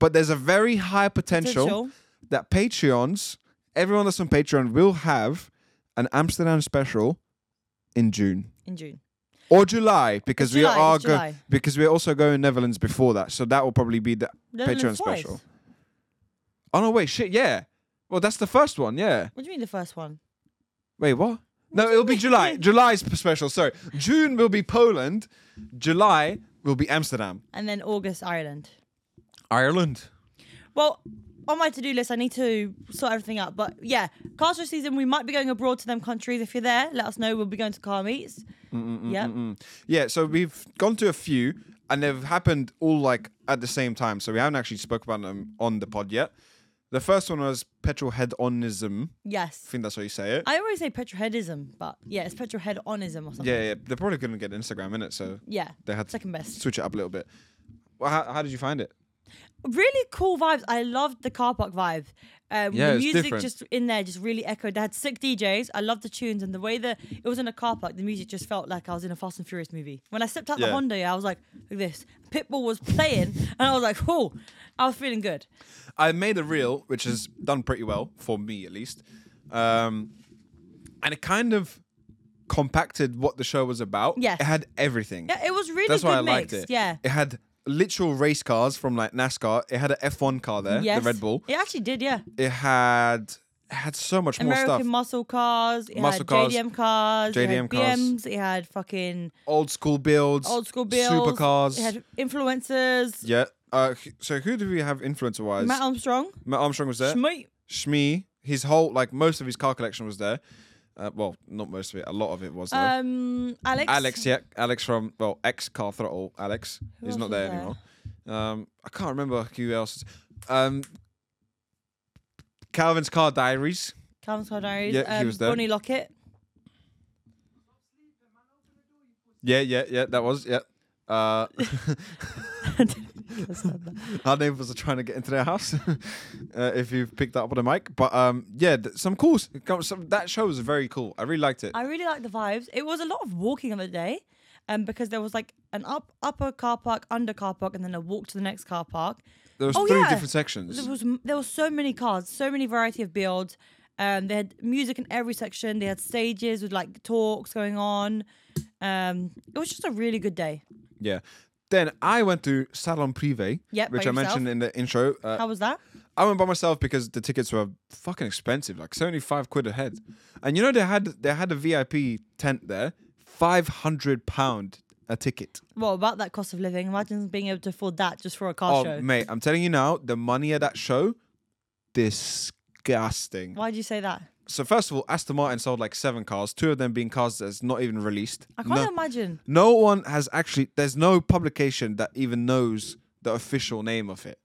but there's a very high potential,
Potential.
that Patreons, everyone that's on Patreon, will have an Amsterdam special in June
in June.
or July because
It's
we
July,
are
it's
go-
July.
because we're also going Netherlands before that, so that will probably be the
Netherlands
Patreon
twice.
special. Oh no, wait, shit, yeah. Well, that's the first one, yeah.
What do you mean the first one?
Wait, what? No, it'll be July. July's p- special. Sorry, June will be Poland. July will be Amsterdam,
And then August, Ireland.
Ireland.
Well, on my to do list, I need to sort everything out. But yeah, car show season, we might be going abroad to them countries. If you're there, let us know. We'll be going to car meets. Yeah.
Yeah, so we've gone to a few and they've happened all like at the same time. So we haven't actually spoke about them on the pod yet. The first one was petrol head onism. I
Yes.
think that's how you say it.
I always say petroheadism, but yeah, it's petroheadonism or something.
yeah, yeah. They're probably going to get Instagram in it, so
Yeah.
they had to
Second best.
switch it up a little bit. Well, how, how did you find it?
really cool vibes. I loved the car park vibe. Um,
Yeah,
the
it's
music
different.
just in there just really echoed. They had sick DJs. I loved the tunes and the way that it was in a car park. The music just felt like I was in a Fast and Furious movie. When I stepped out
Yeah.
the Honda, I was like, like this. Pitbull was playing, and I was like, oh, I was feeling good.
I made a reel, which has done pretty well for me at least, um, and it kind of compacted what the show was about.
Yes.
it had everything.
Yeah, it was really
That's
good
why I
mix.
liked it.
Yeah.
it had literal race cars from like NASCAR. It had an F1 car there,
Yes.
the Red Bull.
It actually did, yeah.
It had it had so much more
American
stuff.
muscle cars, it
Muscle
had
cars,
JDM cars, it
JDM
had
cars.
BMs, it had fucking
old school builds,
old school bills,
supercars.
it had influencers,
yeah. Uh, h- so who do we have influencer wise?
Matt Armstrong,
Matt Armstrong was there.
Schmee,
Shmi, his whole like most of his car collection was there. Uh, well, not most of it. A lot of it was though.
um, Alex,
Alex, yeah, Alex from well, ex Car Throttle. Alex, he's
else
not
was
there,
there?
anymore. Um, I can't remember who else. Um, Calvin's Car Diaries.
Calvin Scott Diaries,
Yeah, he
um,
was there.
Bonnie Lockett,
Yeah, yeah, yeah. That was yeah. Uh, our neighbors are trying to get into their house. uh, if you've picked that up on the mic, but um, yeah, th- some cool. s- Some, that show was very cool. I really liked it.
I really like the vibes. It was a lot of walking on the day, um, because there was like an up upper car park, under car park, and then a walk to the next car park.
there was
oh,
three
yeah.
different sections.
There was m- there were so many cars, so many variety of builds. Um, they had music in every section. They had stages with like talks going on. Um, it was just a really good day.
Yeah. Then I went to Salon Privé,
Yep, by
which I
yourself.
mentioned in the intro. Uh,
How was that?
I went by myself because the tickets were fucking expensive, like seventy-five quid a head. And you know they had they had a VIP tent there, five hundred pound a ticket.
Well, about that cost of living. Imagine being able to afford that just for a car
oh
show.
mate, I'm telling you now, the money at that show, disgusting.
Why do you say that?
So first of all, Aston Martin sold like seven cars, two of them being cars that's not even released.
I can't
No-
imagine.
no one has actually. There's no publication that even knows the official name of it.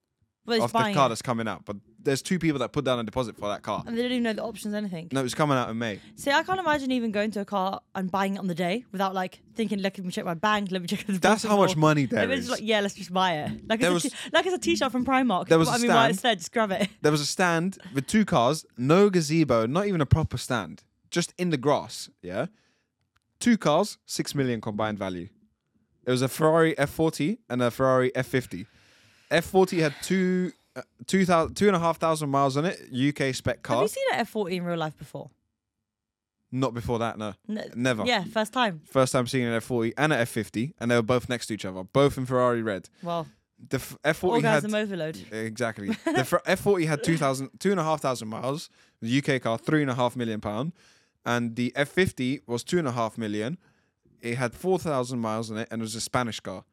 But it's
of the
buying
car
it.
that's coming out. But there's two people that put down a deposit for that car.
and they don't even know the options, anything.
No, it's coming out in May.
See, I can't imagine even going to a car and buying it on the day without like thinking, let me check my bank, let me check. The
That's how much
principal."
money
Let
there
me just
is.
like, yeah, let's just buy it. Like, it's
There
a
was-
t- like it's a t-shirt from Primark.
There was
But
a
I mean, what it
stand.
said, just grab it.
There was a stand with two cars, no gazebo, not even a proper stand, just in the grass. Yeah, two cars, six million combined value. It was a Ferrari F40 and a Ferrari F50. F40 had two. Uh, two thousand two and a half thousand miles on it, UK spec
Have
car.
you seen an F40 in real life before?
Not before that, no,
N-
never.
Yeah, first time.
First time seeing an F40 and an F50, and they were both next to each other, both in Ferrari red.
Well,
The f- F40 had
orgasm overload.
Exactly. The fr- F40 had 2,000, two and a half thousand miles. The UK car, three and a half million pound, and the F50 was two and a half million. It had four thousand miles on it, and it was a Spanish car.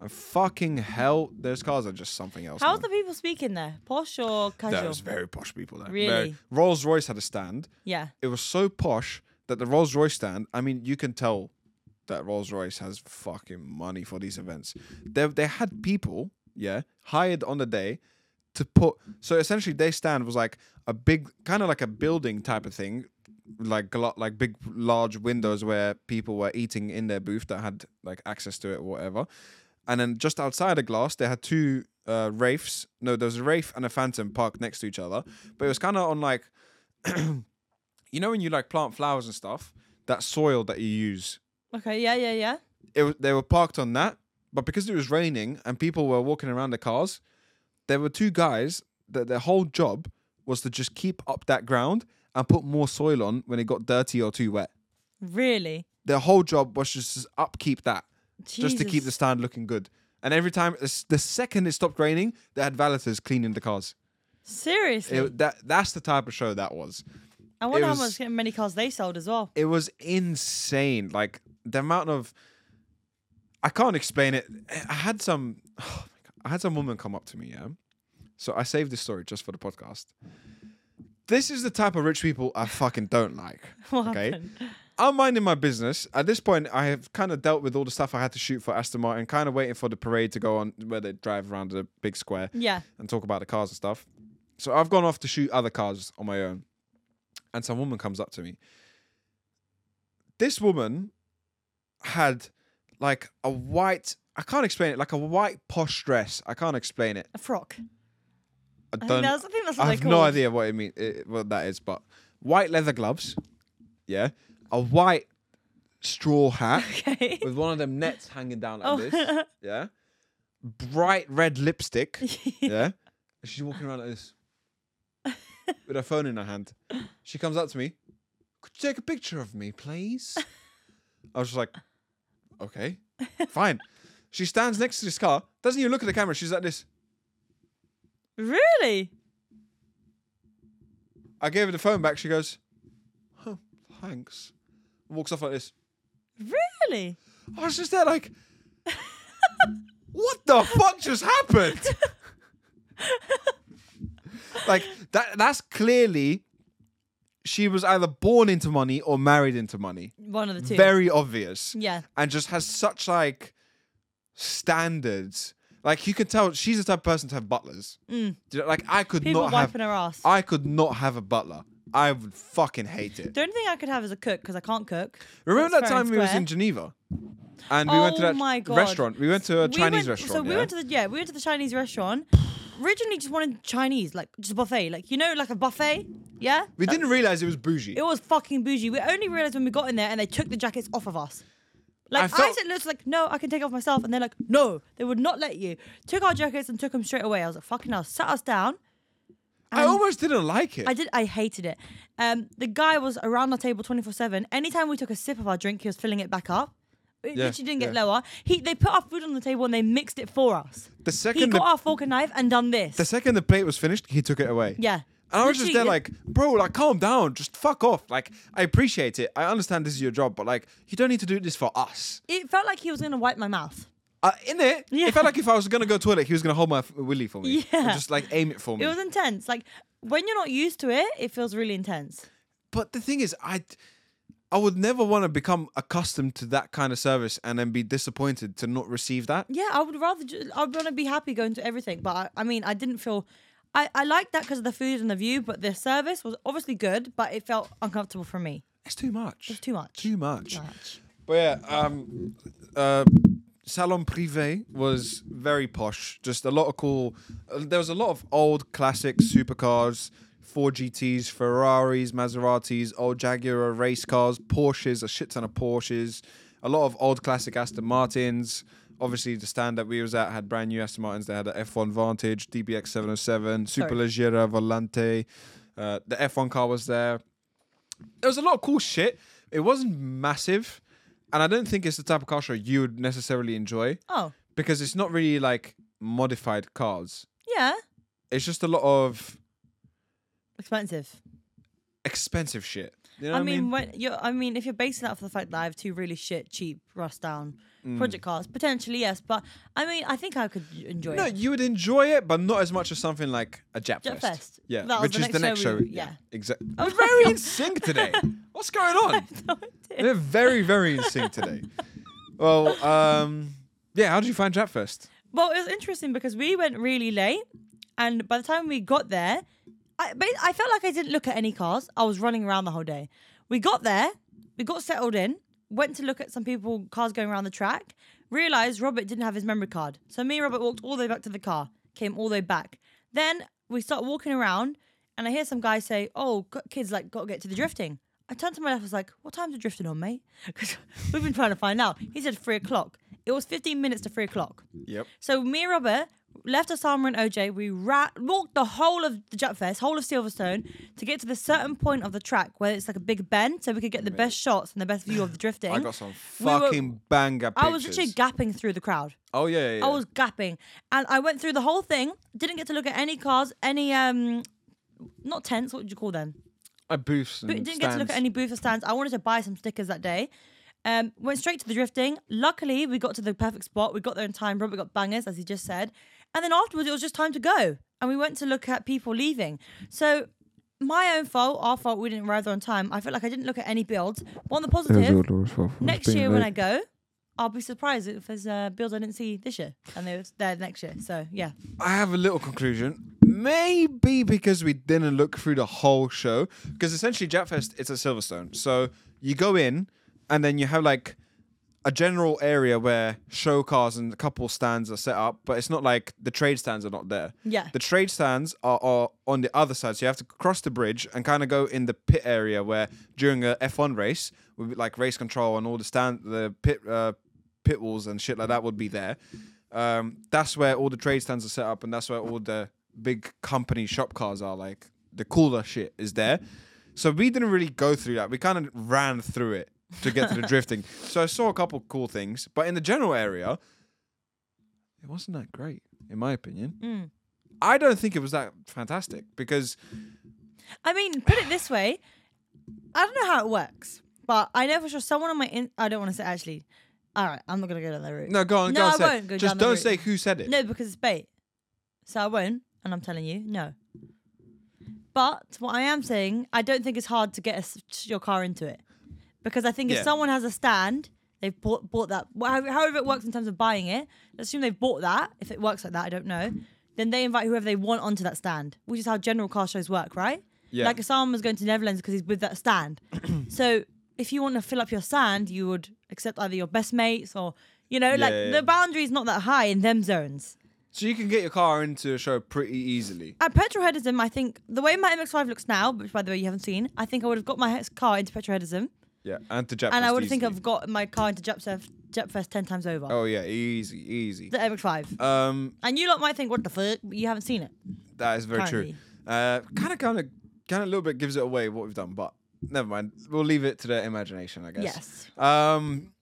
And fucking hell, those cars are just something else.
How's
man.
the people speaking there? Posh or casual?
There was very posh people there.
Really?
Rolls Royce had a stand.
yeah.
It was so posh that the Rolls Royce stand. I mean, you can tell that Rolls Royce has fucking money for these events. They they had people, yeah, hired on the day to put. So essentially, their stand was like a big, kind of like a building type of thing, like gla- like big, large windows where people were eating in their booth that had like access to it or whatever. And then just outside the glass, they had two uh, Wraiths. No, there was a Wraith and a Phantom parked next to each other, but it was kind of on like. You know when you like plant flowers and stuff, that soil that you use
Okay. Yeah. Yeah. Yeah.
it wa- they were parked on that, but because it was raining and people were walking around the cars, there were two guys that their whole job was to just keep up that ground and put more soil on when it got dirty or too wet.
Really.
Their whole job was just to upkeep that, just to keep
Jesus.
the stand looking good. And every time, the s- the second it stopped raining, they had valeters cleaning the cars.
Seriously.
It, that that's the type of show that was.
I wonder
was-
how much how many cars they sold as well.
it was insane. Like the amount of I can't explain it. I had some oh my God. I had some woman come up to me, yeah. So I saved this story just for the podcast. This is the type of rich people I fucking don't like.
What
okay.
happened?
I'm minding my business. At this point, I have kind of dealt with all the stuff I had to shoot for Aston Martin, kind of waiting for the parade to go on where they drive around the big square
Yeah.
and talk about the cars and stuff. So I've gone off to shoot other cars on my own. And some woman comes up to me. This woman had like a white, I can't explain it, like a white posh dress. I can't explain it.
A frock.
I
I
don't
think, that's, I think that's what
I
they
have
called.
no idea what it mean it, what that is, but white leather gloves. Yeah. A white straw hat
Okay.
with one of them nets hanging down like
Oh.
this. Yeah. Bright red lipstick. Yeah. And she's walking around like this with her phone in her hand. She comes up to me. Could you take a picture of me, please? I was just like, okay, fine. She stands next to this car, doesn't even look at the camera. She's like this.
Really?
I gave her the phone back. She goes, "Oh, thanks." And walks off like this.
Really?
I was just there like, what the fuck just happened? like that that's clearly she was either born into money or married into money.
One of the two.
Very obvious.
Yeah.
And just has such like standards. Like you could tell she's the type of person to have butlers. Do you know, like I could
Mm. People
not have
wiping her ass.
I could not have a butler. I would fucking hate it.
the only thing I could have is a cook because I can't cook.
Remember
That's
that
fair and
time we was
square.
in Geneva, and we went to
Oh
that
my God.
restaurant. We went to a
We
Chinese
went-
restaurant.
So we
yeah?
went to the yeah, we went to the Chinese restaurant. Originally, just wanted Chinese, like just a buffet, like you know, like a buffet. Yeah.
we didn't realize it was bougie.
It was fucking bougie. We only realized when we got in there and they took the jackets off of us. Like
I
I,
felt-
said, "Looks like no, I can take it off myself," and they're like, "No, they would not let you." Took our jackets and took them straight away. I was like, "Fucking hell!" Sat us down.
I almost didn't like it.
I did. I hated it. Um, the guy was around our table twenty four seven. Anytime we took a sip of our drink, he was filling it back up. It
Yeah,
literally didn't get
yeah.
lower. He they put our food on the table and they mixed it for us.
the
He
second
got
the,
our fork and knife and done this.
the second the plate was finished, he took it away.
yeah.
And I was just there
Literally,
like, bro, like calm down, just fuck off. Like I appreciate it. I understand this is your job, but like you don't need to do this for us.
it felt like he was gonna wipe my mouth.
Uh, in it,
Yeah.
it felt like if I was gonna go toilet, he was gonna hold my f- willy for me, and
Yeah.
just like aim it for me.
It was intense. Like when you're not used to it, it feels really intense.
but the thing is, I, I would never want to become accustomed to that kind of service and then be disappointed to not receive that.
Yeah, I would rather. Ju- I'd want to be happy going to everything, but I, I mean, I didn't feel. I, I liked that because of the food and the view, but the service was obviously good, but it felt uncomfortable for me.
It's too much.
It's too much.
Too much.
much.
But yeah, um, uh, Salon Privé was very posh. Just a lot of cool. Uh, there was a lot of old classic supercars, 4GTs, Ferraris, Maseratis, old Jaguar race cars, Porsches, a shit ton of Porsches, a lot of old classic Aston Martins. Obviously, the stand that we was at had brand new Aston Martins. They had an F1 Vantage, DBX 707, Superleggera Volante. Uh, the F1 car was there there was a lot of cool shit. It wasn't massive, and I don't think it's the type of car show you would necessarily enjoy
Oh
because it's not really like modified cars.
yeah,
It's just a lot of
expensive.
expensive shit. You know
I
what
mean,
I mean?
when you're, I mean, if you're basing that off the fact that I have two really shit, cheap, rust down
Mm.
project cars, potentially yes, but I mean, I think I could enjoy
No,
it.
you would enjoy it, but not as much as something like a Jet,
Jet
Fest.
Fest.
Yeah,
That was
which
the
is the next
next
show.
show we- yeah.
exactly.
Oh
We're
my
very
God.
in sync today. What's going on?
No, I didn't.
We're very, very in sync today. Well, um, yeah. How did you find Jet Fest?
Well, it was interesting because we went really late, and by the time we got there, I ba- I felt like I didn't look at any cars. I was running around the whole day. We got there, we got settled in, went to look at some people cars going around the track. Realized Robert didn't have his memory card, so me and Robert walked all the way back to the car, came all the way back. Then we start walking around, and I hear some guy say, "Oh, g- kids, like got to get to the drifting." I turned to my left. I was like, "What time's the drifting on, mate?" Because we've been trying to find out. He said three o'clock. It was fifteen minutes to three o'clock.
Yep.
So me and Robert left Osama and OJ. We ra- walked the whole of the Jet Fest, whole of Silverstone, to get to the certain point of the track where it's like a big bend, so we could get the best shots and the best view of the drifting.
I got some
We were-
fucking banger pictures.
I was literally gapping through the crowd.
oh yeah, yeah, yeah.
I was gapping, and I went through the whole thing. Didn't get to look at any cars, any um, not tents. What would you call them?
a booth.
But didn't get to look at any booth or stands. I wanted to buy some stickers that day. Um, went straight to the drifting. Luckily, we got to the perfect spot. We got there in time. Robert got bangers, as he just said. And then afterwards, it was just time to go. And we went to look at people leaving. So, my own fault, our fault, we didn't arrive there on time. I felt like I didn't look at any builds. But on the positive, next year when I go, I'll be surprised if there's a build I didn't see this year and they're there next year. So, yeah.
I have a little conclusion. Maybe because we didn't look through the whole show, because essentially Jetfest it's at Silverstone. So you go in, and then you have like a general area where show cars and a couple stands are set up, but it's not like the trade stands are not there.
Yeah.
The trade stands are, are on the other side, so you have to cross the bridge and kind of go in the pit area where during a F1 race, with like race control and all the stand, the pit uh, pit walls and shit like that would be there. Um, that's where all the trade stands are set up, and that's where all the big company shop cars are. Like the cooler shit is there. So we didn't really go through that. We kind of ran through it to get to the drifting. So I saw a couple cool things, but in the general area, it wasn't that great, in my opinion. I don't think it was that fantastic because
I mean, put it this way. I don't know how it works, but I know for sure someone on my in- I don't want to say actually. All right, I'm not gonna go down that route.
No, go on,
No,
go on.
I
say it.
won't go
Just
down the
don't
route.
say who said it.
No, because it's bait. So I won't, and I'm telling you, no. But what I am saying, I don't think it's hard to get a s your car into it. Because I think
Yeah.
if someone has a stand, they've bought, bought that, wha- however it works in terms of buying it, let's assume they've bought that, if it works like that, I don't know, then they invite whoever they want onto that stand, which is how general car shows work, right?
Yeah.
Like Osama was going to Netherlands because he's with that stand. so if you want to fill up your stand, you would accept either your best mates or, you know, like
Yeah, yeah, yeah.
the boundary is not that high in them zones.
So you can get your car into a show pretty easily.
At Petroheadism, I think the way my MX5 looks now, which by the way you haven't seen, I think I would have got my he- car into Petroheadism
Yeah, and to Japanese.
and I would think I've got my car into Jepfest, Jepfest 10 times over.
Oh yeah, easy, easy.
The MX5.
Um,
And you lot might think, what the fuck? But you haven't seen it.
that is very true.
Currently.
Uh, kind of, kind of, kind of, a little bit gives it away what we've done, but never mind. We'll leave it to their imagination, I guess.
Yes.
Um,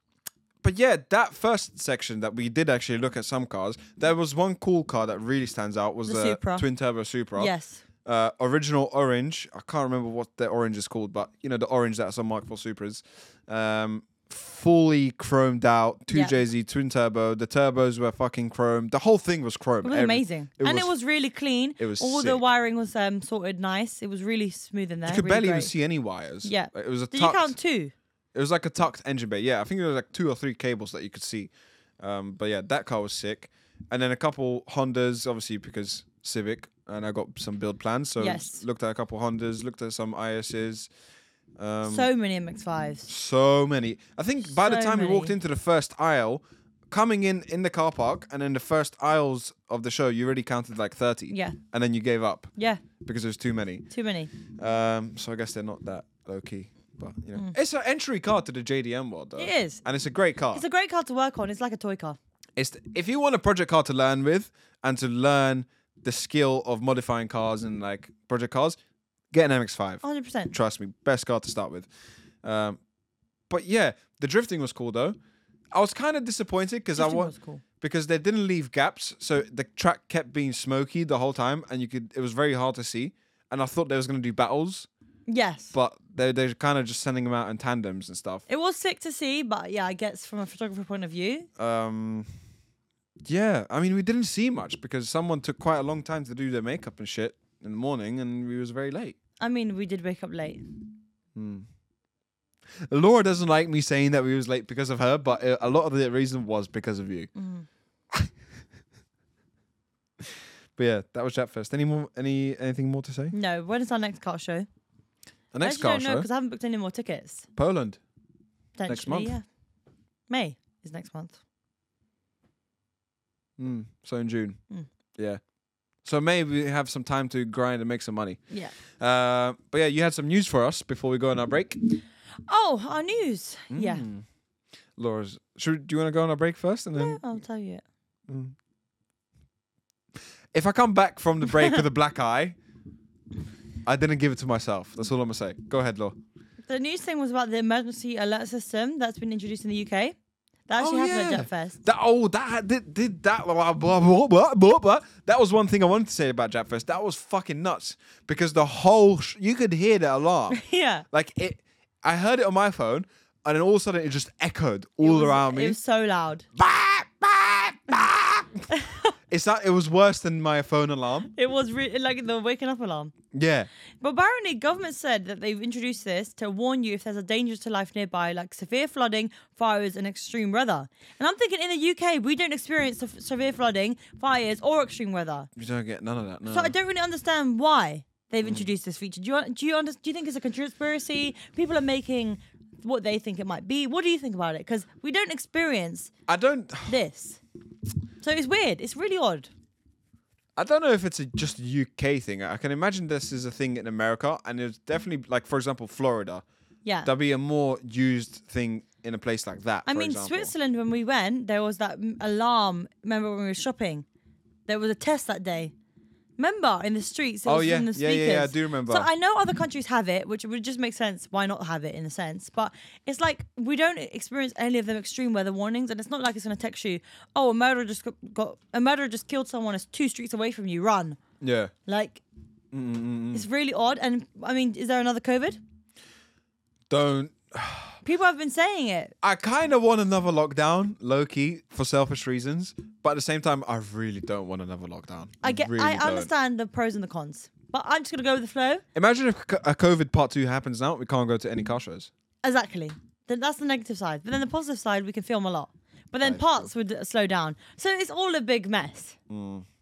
but yeah, that first section that we did actually look at some cars. There was one cool car that really stands out was the,
The Supra.
twin turbo Supra.
Yes.
Uh, original orange. I can't remember what the orange is called, but you know the orange that's on Mark IV Supras. Um, fully chromed out, two
Yeah.
JZ twin turbo. The turbos were fucking chrome. The whole thing was chrome.
It was amazing. and it was really clean.
it was
All the
sick.
wiring was um, sorted nice. It was really smooth in there.
You could
really
barely even
great.
see any wires.
Yeah.
Like, it was a
Did
tucked,
you count two?
It was like a tucked engine bay. Yeah, I think there was like two or three cables that you could see. Um, but yeah, that car was sick. And then a couple Hondas, obviously because Civic, and I got some build plans. So
Yes.
looked at a couple Hondas, looked at some ISs. Um, so,
so many MX5s.
many. I think by the
So
time we walked
many.
into the first aisle, coming in in the car park, and in the first aisles of the show, you already counted like thirty.
Yeah.
And then you gave up
Yeah,
because there's too many.
too many.
Um, so I guess they're not that low key, but you know, it's an entry car to the JDM world, though.
Hmm. It is.
and it's a great car.
It's a great car to work on. It's like a toy car.
It's th- if you want a project car to learn with and to learn the skill of modifying cars and like project cars, get an
Oh,
MX-5.
100%.
Trust me, best car to start with. Um, but yeah, the drifting was cool though. I was kind of disappointed because I
Drifting
wa-
was cool.
because they didn't leave gaps, so the track kept being smoky the whole time, and you could it was very hard to see. And I thought they was gonna do battles
Yes.
but they they're kind of just sending them out in tandems and stuff.
it was sick to see, but yeah, I guess from a photographer point of view,
Um, yeah, I mean we didn't see much because someone took quite a long time to do their makeup and shit in the morning, and we was very late.
I mean, we did wake up late.
Laura Hmm. doesn't like me saying that we was late because of her, but uh, a lot of the reason was because of you.
Mm-hmm.
but yeah, that was that first. Any more? Any anything more to say?
No, when is our next car show?
The
I
next
actually
car
don't know
show,
because I haven't booked any more tickets.
Poland.
Potentially,
month?
yeah. May is next month.
Mm, so in June.
Mm.
Yeah. So maybe we have some time to grind and make some money.
Yeah.
Uh, but yeah, you had some news for us before we go on our break. Hmm.
Oh, our news.
Mm.
Yeah.
Laura's. Should do you want to go on our break first, and then
I'll tell you.
Mm. if I come back from the break with a black eye, I didn't give it to myself. That's all I'm gonna say. Go ahead, Laura.
The news thing was about the emergency alert system that's been introduced in the UK. That actually
Oh,
happened
yeah.
at Jetfest.
That oh that did, did that blah, blah, blah, blah, blah, blah. that was one thing I wanted to say about Jackfest. That was fucking nuts because the whole sh- you could hear the alarm.
Yeah.
like it, I heard it on my phone, and then all of a sudden it just echoed all
It was-
around me.
It was so loud.
Bah, bah, bah. it's not, it was worse than my phone alarm.
It was re- like the waking up alarm.
Yeah.
But apparently, government said that they've introduced this to warn you if there's a danger to life nearby, like severe flooding, fires, and extreme weather. And I'm thinking, in the UK, we don't experience se- severe flooding, fires, or extreme weather.
You don't get none of that. No.
So I don't really understand why they've introduced this feature. Do you do you under, do you think it's a conspiracy? People are making what they think it might be. What do you think about it? Because we don't experience
I don't
this, so it's weird. It's really odd.
I don't know if it's a just a UK thing. I can imagine this is a thing in America and it's definitely like for example Florida.
Yeah.
That'd be a more used thing in a place like that.
I
for
mean,
example.
Switzerland, when we went, there was that m- alarm. Remember when we were shopping? There was a test that day. Remember in the streets? It
Oh,
was
yeah.
in the
Yeah,
speakers.
yeah, yeah, I do remember.
So I know other countries have it, which would just make sense. Why not have it in a sense? But it's like we don't experience any of them extreme weather warnings, and it's not like it's going to text you, "Oh, a murderer just got- got a murderer just killed someone. It's two streets away from you. Run!"
Yeah.
Like
mm,
It's really odd. And I mean, is there another COVID?
Don't.
People have been saying it.
I kind of want another lockdown, low key, for selfish reasons. But at the same time, I really don't want another lockdown.
I get.
really
I
don't.
understand the pros and the cons, but I'm just gonna go with the flow.
Imagine if c- a COVID part two happens now, we can't go to any car shows.
Exactly. Then that's the negative side. But then the positive side, we can film a lot. But then
Right.
parts would slow down. So it's all a big mess.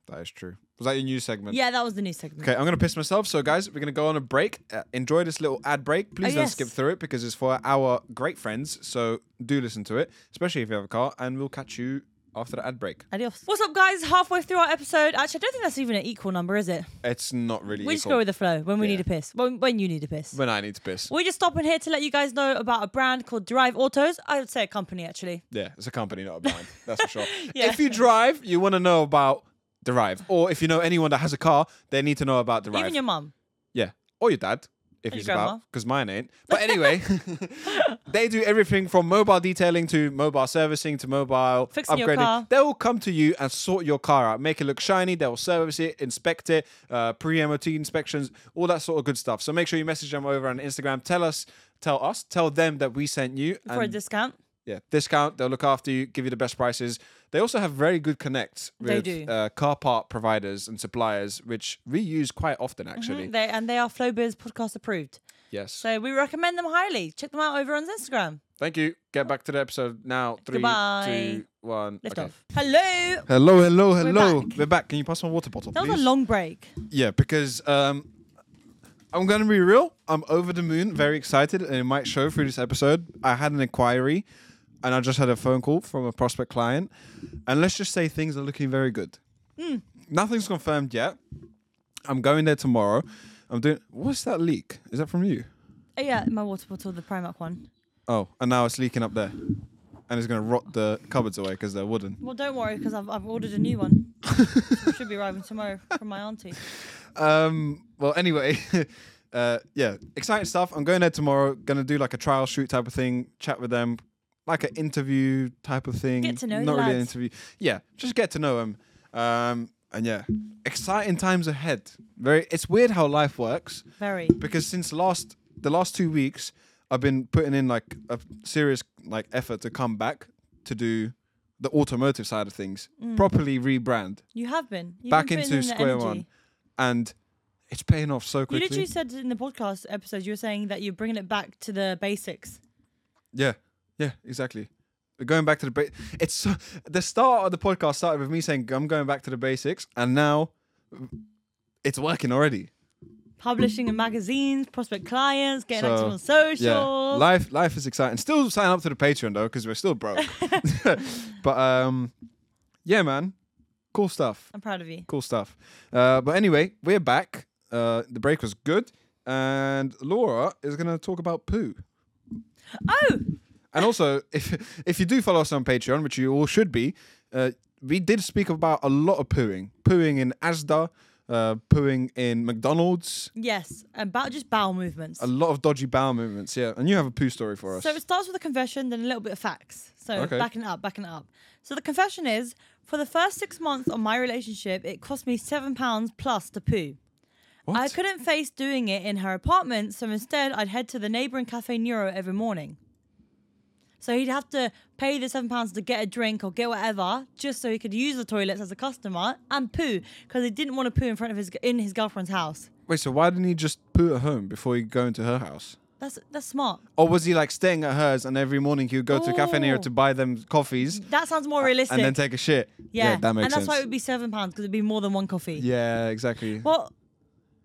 That is true. Was that your news segment?
Yeah, that was the new segment.
Okay, I'm gonna piss myself. So, guys, we're gonna go on a break. Uh, enjoy this little ad break. Please
Oh,
don't
yes.
skip through it because it's for our great friends. So do listen to it, especially if you have a car. And we'll catch you after the ad break.
Adios. What's up, guys? Halfway through our episode. Actually, I don't think that's even an equal number, is it?
It's not really.
We just
equal
go with the flow when we
Yeah.
need a piss. When, when you need a piss.
when I need to piss.
We're just stopping here to let you guys know about a brand called Drive Autos. I would say a company, actually.
Yeah, it's a company, not a brand. That's for sure.
Yeah.
If you drive, you want to know about Derive, or if you know anyone that has a car, they need to know about Derive.
Even your mum.
Yeah. Or your dad, if
your
he's
grandma.
about, because mine ain't. But anyway, they do everything from mobile detailing to mobile servicing to mobile
Fixing your
upgrading.
car.
They will come to you and sort your car out, make it look shiny. They will service it, inspect it, uh, pre-MOT inspections, all that sort of good stuff. So make sure you message them over on Instagram. Tell us, tell us, tell them that we sent you.
for a
and
discount.
yeah, discount. They'll look after you, give you the best prices. They also have very good connects
They
with
do.
Uh, car part providers and suppliers, which we use quite often
Mm-hmm.
actually.
They and they are Flowbiz podcast approved.
Yes.
So we recommend them highly. Check them out over on Instagram.
Thank you. Get back to the episode now. Three, two,
Goodbye.
one.
Lift
Okay.
off. Hello.
Hello, hello, hello. We're
back.
back. Can you pass my water bottle,
That was
please?
a long break.
yeah, because um, I'm going to be real. I'm over the moon, very excited, and it might show through this episode. I had an inquiry, and I just had a phone call from a prospect client, and let's just say things are looking very good.
Hmm.
Nothing's confirmed yet. I'm going there tomorrow. I'm doing. What's that leak? Is that from you?
Oh, yeah, my water bottle, the Primark one.
Oh, and now it's leaking up there, and it's going to rot the cupboards away because they're wooden.
Well, don't worry because I've, I've ordered a new one. It should be arriving tomorrow from my auntie.
Um. Well, anyway, uh, yeah, exciting stuff. I'm going there tomorrow. Gonna do like a trial shoot type of thing. Chat with them, like an interview type of thing.
Get to know the
Not really an
lads.
interview. Yeah, just get to know them. Um. And yeah, exciting times ahead. Very. It's weird how life works
Very.
because since last the last two weeks, I've been putting in like a serious like effort to come back to do the automotive side of things properly rebrand
You have been. Mm. You've
back
been putting
into
in the
square
energy.
one, and it's paying off so
You
quickly.
literally said in the podcast episode, you were saying that you're bringing it back to the basics.
yeah, yeah, exactly. We're going back to the ba- it's so, the start of the podcast started with me saying I'm going back to the basics, and now it's working already.
Publishing in magazines, prospect clients, getting
So,
active on socials.
Yeah, life life is exciting. Still sign up to the Patreon though because we're still broke. but um, yeah, man, cool stuff.
I'm proud of you.
Cool stuff. Uh, but anyway, we're back. Uh, the break was good, and Laura is gonna talk about poo.
Oh,
And also, if if you do follow us on Patreon, which you all should be, uh, we did speak about a lot of pooing, pooing in ASDA, uh, pooing in McDonald's,
yes. About just bowel movements.
a lot of dodgy bowel movements. Yeah, and you have a poo story for us.
So it starts with a confession, then a little bit of facts. So
Okay.
backing it up, backing it up. So the confession is for the first six months of my relationship, it cost me seven pounds plus to poo.
What?
I couldn't face doing it in her apartment, so instead I'd head to the neighbouring Cafe Nero every morning. So he'd have to pay the seven pounds to get a drink or get whatever, just so he could use the toilets as a customer and poo, because he didn't want to poo in front of his in his girlfriend's house.
Wait, so why didn't he just poo at home before he go into her house?
That's that's smart.
Or was he like staying at hers and every morning he would go to a cafe near
Ooh.
to buy them coffees
That sounds more realistic.
Uh, and then take a shit?
Oh. yeah.
that makes
and that's
sense.
why it would be seven pounds because it'd be more than one coffee.
yeah, exactly.
Well,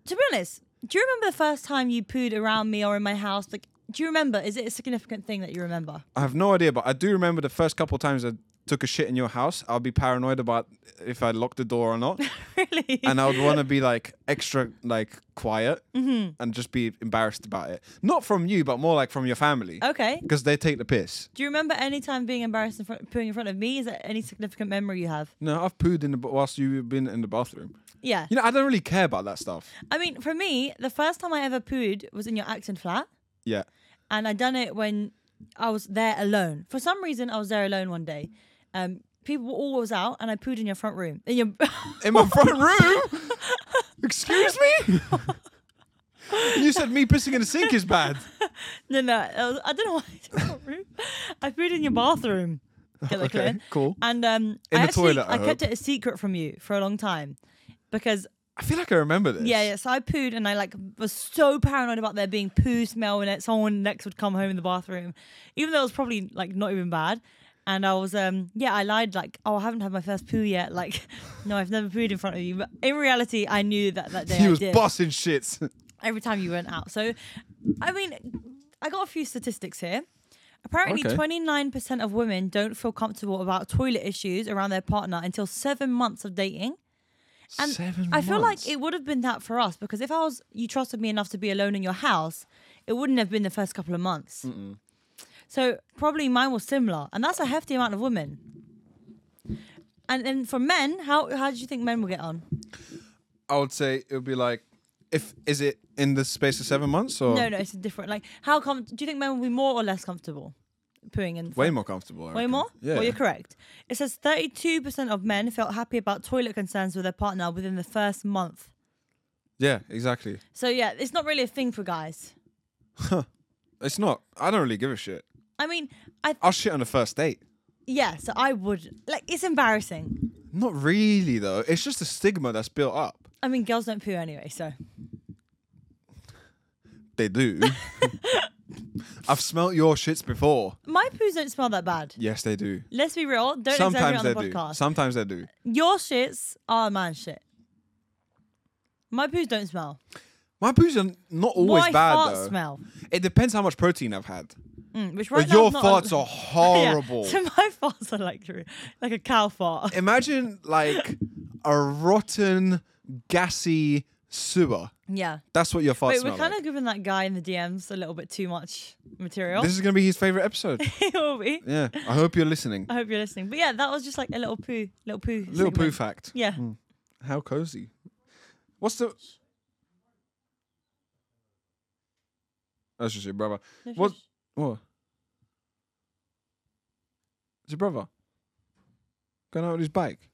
to be honest, do you remember the first time you pooed around me or in my house? Like, do you remember? Is it a significant thing that you remember?
I have no idea, but I do remember the first couple times I took a shit in your house. I'll be paranoid about if I locked the door or not,
really?
and I would want to be like extra like quiet
Mm-hmm.
and just be embarrassed about it. Not from you, but more like from your family
okay.
because they take the piss.
Do you remember any time being embarrassed in front, pooing in front of me? Is there any significant memory you have?
No, I've pooed in the ba- whilst you've been in the bathroom.
Yeah.
You know, I don't really care about that stuff.
I mean, for me, the first time I ever pooed was in your Acton flat,
Yeah,
and I done it when I was there alone. For some reason, I was there alone one day. Um, people were always out, and I pooed in your front room. In your
in my front room. Excuse me? you said me pissing in the sink is bad.
No, no, I was- I don't know why. I pooed in your bathroom. Get that
Okay,
clear?
cool.
And um, I
the
actually,
toilet, I
I, kept
hope.
it a secret from you for a long time because
I feel like I remember this.
yeah, yeah. So I pooed and I like was so paranoid about there being poo smell and that someone next would come home in the bathroom, even though it was probably like not even bad. And I was um yeah, I lied like oh I haven't had my first poo yet. Like no, I've never pooed in front of you. But in reality, I knew that that day
He
I
was
did
bossing shits.
every time you went out. So, I mean, I got a few statistics here. Apparently,
Okay.
29% of women don't feel comfortable about toilet issues around their partner until seven months of dating. And
Seven
I feel
months.
like it would have been that for us because if I was, you trusted me enough to be alone in your house, it wouldn't have been the first couple of months. So probably mine was similar, and that's a hefty amount of women. And then for men, how how do you think men will get on?
I would say it would be like, if is it in the space of seven months or
No, no, it's different. Like, how com- do you think men will be more or less comfortable pooing in?
way
front-
more comfortable? I
Way
reckon.
more?
Yeah.
Well, you're correct. It says 32% of men felt happy about toilet concerns with their partner within the first month.
yeah, exactly.
So, yeah, it's not really a thing for guys.
It's not. I don't really give a shit.
I mean, I
I'll shit on the first date.
yeah, so I would. Like, it's embarrassing.
Not really though. It's just a stigma that's built up.
I mean, girls don't poo anyway, so.
They do. I've smelt your shits before.
My poos don't smell that bad.
Yes, they do.
Let's be real. Don't exaggerate
Sometimes
on
they
the
do.
podcast.
Sometimes they do.
Your shits are man shit. My poos don't smell.
My poos are not always
My
bad
farts
though.
smell.
It depends how much protein I've had.
Mm, which
But
right now
your
is not
farts
a-
are horrible.
Yeah. So my farts are like like a cow fart.
Imagine like a rotten, gassy sewer.
Yeah.
That's what your farts
Wait,
smell
we're kind
like.
of giving that guy in the DMs a little bit too much material.
This is gonna be his favorite episode.
It will be.
yeah, I hope you're listening.
I hope you're listening. But yeah, that was just like a little poo, little poo,
Little poo
segment.
fact.
Yeah.
How cozy. What's the? That's just your brother.
No,
What-
shush.
What? It's your brother. Going out on his bike.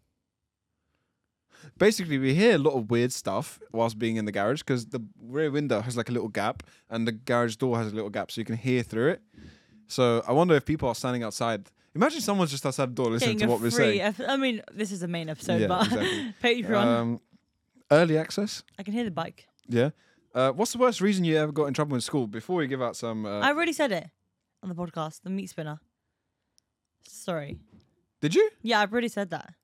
Basically, we hear a lot of weird stuff whilst being in the garage because the rear window has like a little gap and the garage door has a little gap so you can hear through it. So I wonder if people are standing outside. Imagine someone's just outside the door listening
Getting
to
a
what we're
free.
saying.
Ep- I mean, this is the main episode,
Yeah,
but
exactly.
Patreon.
Um, early access.
I can hear the bike.
Yeah. Uh, what's the worst reason you ever got in trouble in school? Before we give out some, uh,
I already said it on the podcast. The meat spinner. Sorry.
did you?
Yeah, I've already said that.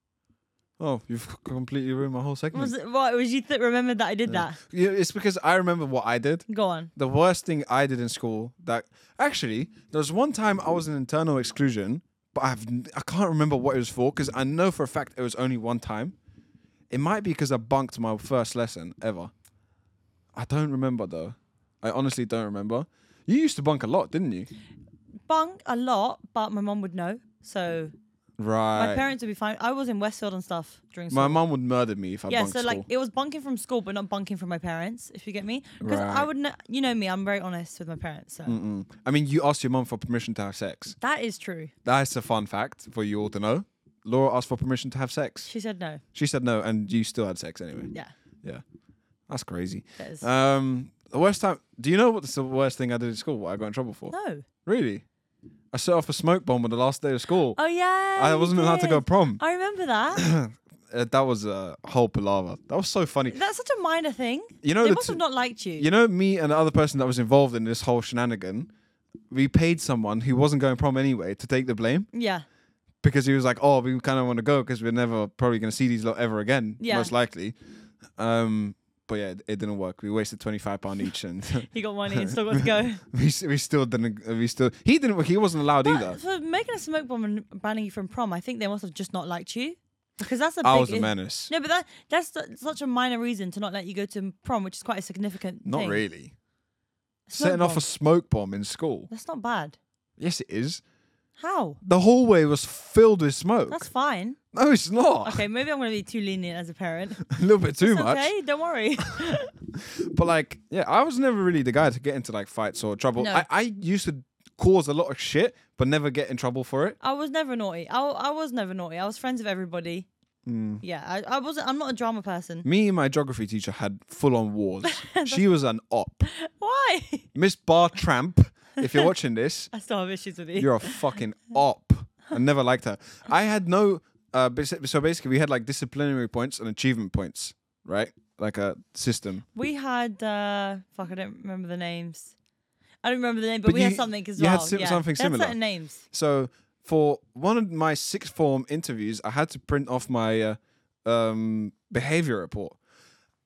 Oh, you've completely ruined my whole segment.
Was it? What was you th- remembered that I
Uh,
did
Yeah, it's because I remember what I did.
that? Go on.
The worst thing I did in school. That actually, there was one time I was in internal exclusion, but I've n- I can't remember what it was for because I know for a fact it was only one time. It might be because I bunked my first lesson ever. I don't remember though. I honestly don't remember. You used to bunk a lot, didn't you?
Bunk a lot, but my mom would know. So
Right.
My parents would be fine. I was in Westfield and stuff during school.
My mum would murder me if I
yeah,
bunked
so
school.
like it was bunking from school, but not bunking from my parents. If you get me, because I
Right.
would, not you know me, I'm very honest with my parents. So
Mm. I mean, you asked your mum for permission to have sex.
that is true.
That's a fun fact for you all to know. Laura asked for permission to have sex.
She said no.
She said no, and you still had sex anyway.
Yeah,
Yeah, that's crazy.
that is
Um, the worst time. Do you know what's the worst thing I did in school? What I got in trouble for?
no.
Really? I set off a smoke bomb on the last day of school.
Oh yeah,
I
you
wasn't allowed to go
did.
prom.
I remember that.
Uh, that was a whole palaver. That was so funny.
That's such a minor thing.
You know
They
the
must
two-
have not liked you.
You know, me and the other person that was involved in this whole shenanigan, we paid someone who wasn't going prom anyway to take the blame.
Yeah,
because he was like, "Oh, we kind of want to go because we're never probably going to see these lot ever again,
Yeah.
most likely." Um, but yeah, it, it didn't work. We wasted twenty five pound each, and
you got money and still got to go.
we s- we still didn't. We still he didn't. He wasn't allowed either.
But for making a smoke bomb and banning you from prom, I think they must have just not liked you because that's a
I
big
was a
i-
menace.
No, but that that's su- such a minor reason to not let you go to prom, which is quite a significant.
Not
thing.
really.
Smoke
Setting off
bomb.
a smoke bomb in school.
That's not bad.
Yes, it is.
How?
The hallway was filled with smoke.
That's fine.
no, it's not.
Okay, maybe I'm going to be too lenient as a parent.
a little bit too
It's
much.
okay, don't worry.
But like, yeah, I was never really the guy to get into like fights or trouble.
No.
I, I used to cause a lot of shit, but never get in trouble for it.
I was never naughty. I, I was never naughty. I was friends with everybody.
Mm.
Yeah, I, I wasn't. I'm not a drama person.
Me and my geography teacher had full on wars. she was an op.
Why?
Miss Bartramp, if you're watching this,
I still have issues with you.
you're a fucking op. I never liked her. I had no. Uh, basi- so basically, we had like disciplinary points and achievement points, right? Like a system.
we had uh, fuck. I don't remember the names. I don't remember the name, but,
But
we had
you-
something as
you had
well.
sim-
yeah.
something
They had
similar.
certain names.
So for one of my sixth form interviews, I had to print off my uh, um, behavior report,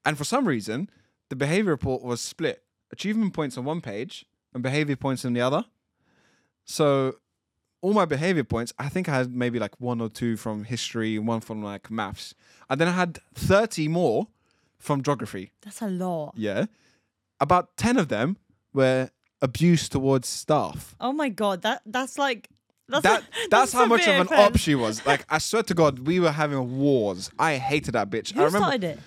and for some reason, the behavior report was split: achievement points on one page and behavior points on the other. So all my behavior points, I think I had maybe like one or two from history, and one from like maths, and then I had thirty more from geography.
That's a lot.
Yeah, about ten of them were abuse towards staff
Oh my god, that that's like that's
that
a-
that's how much of
severe
an
offense.
op she was. Like I swear to God, we were having wars. I hated that bitch.
Who
I remember.
started it?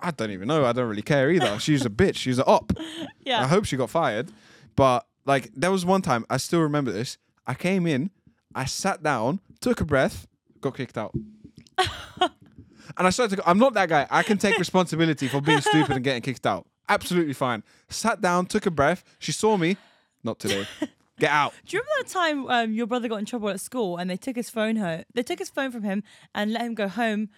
I don't even know. I don't really care either. She's a bitch. She's an op. I
Yeah.
hope she got fired. But like there was one time I still remember this. I came in, I sat down, took a breath, got kicked out. and I started to go, I'm not that guy. I can take responsibility for being stupid and getting kicked out. Absolutely fine. Sat down, took a breath. She saw me. Not today. Get out.
Do you remember that time um, your brother got in trouble at school and they took his phone home? They took his phone from him and let him go home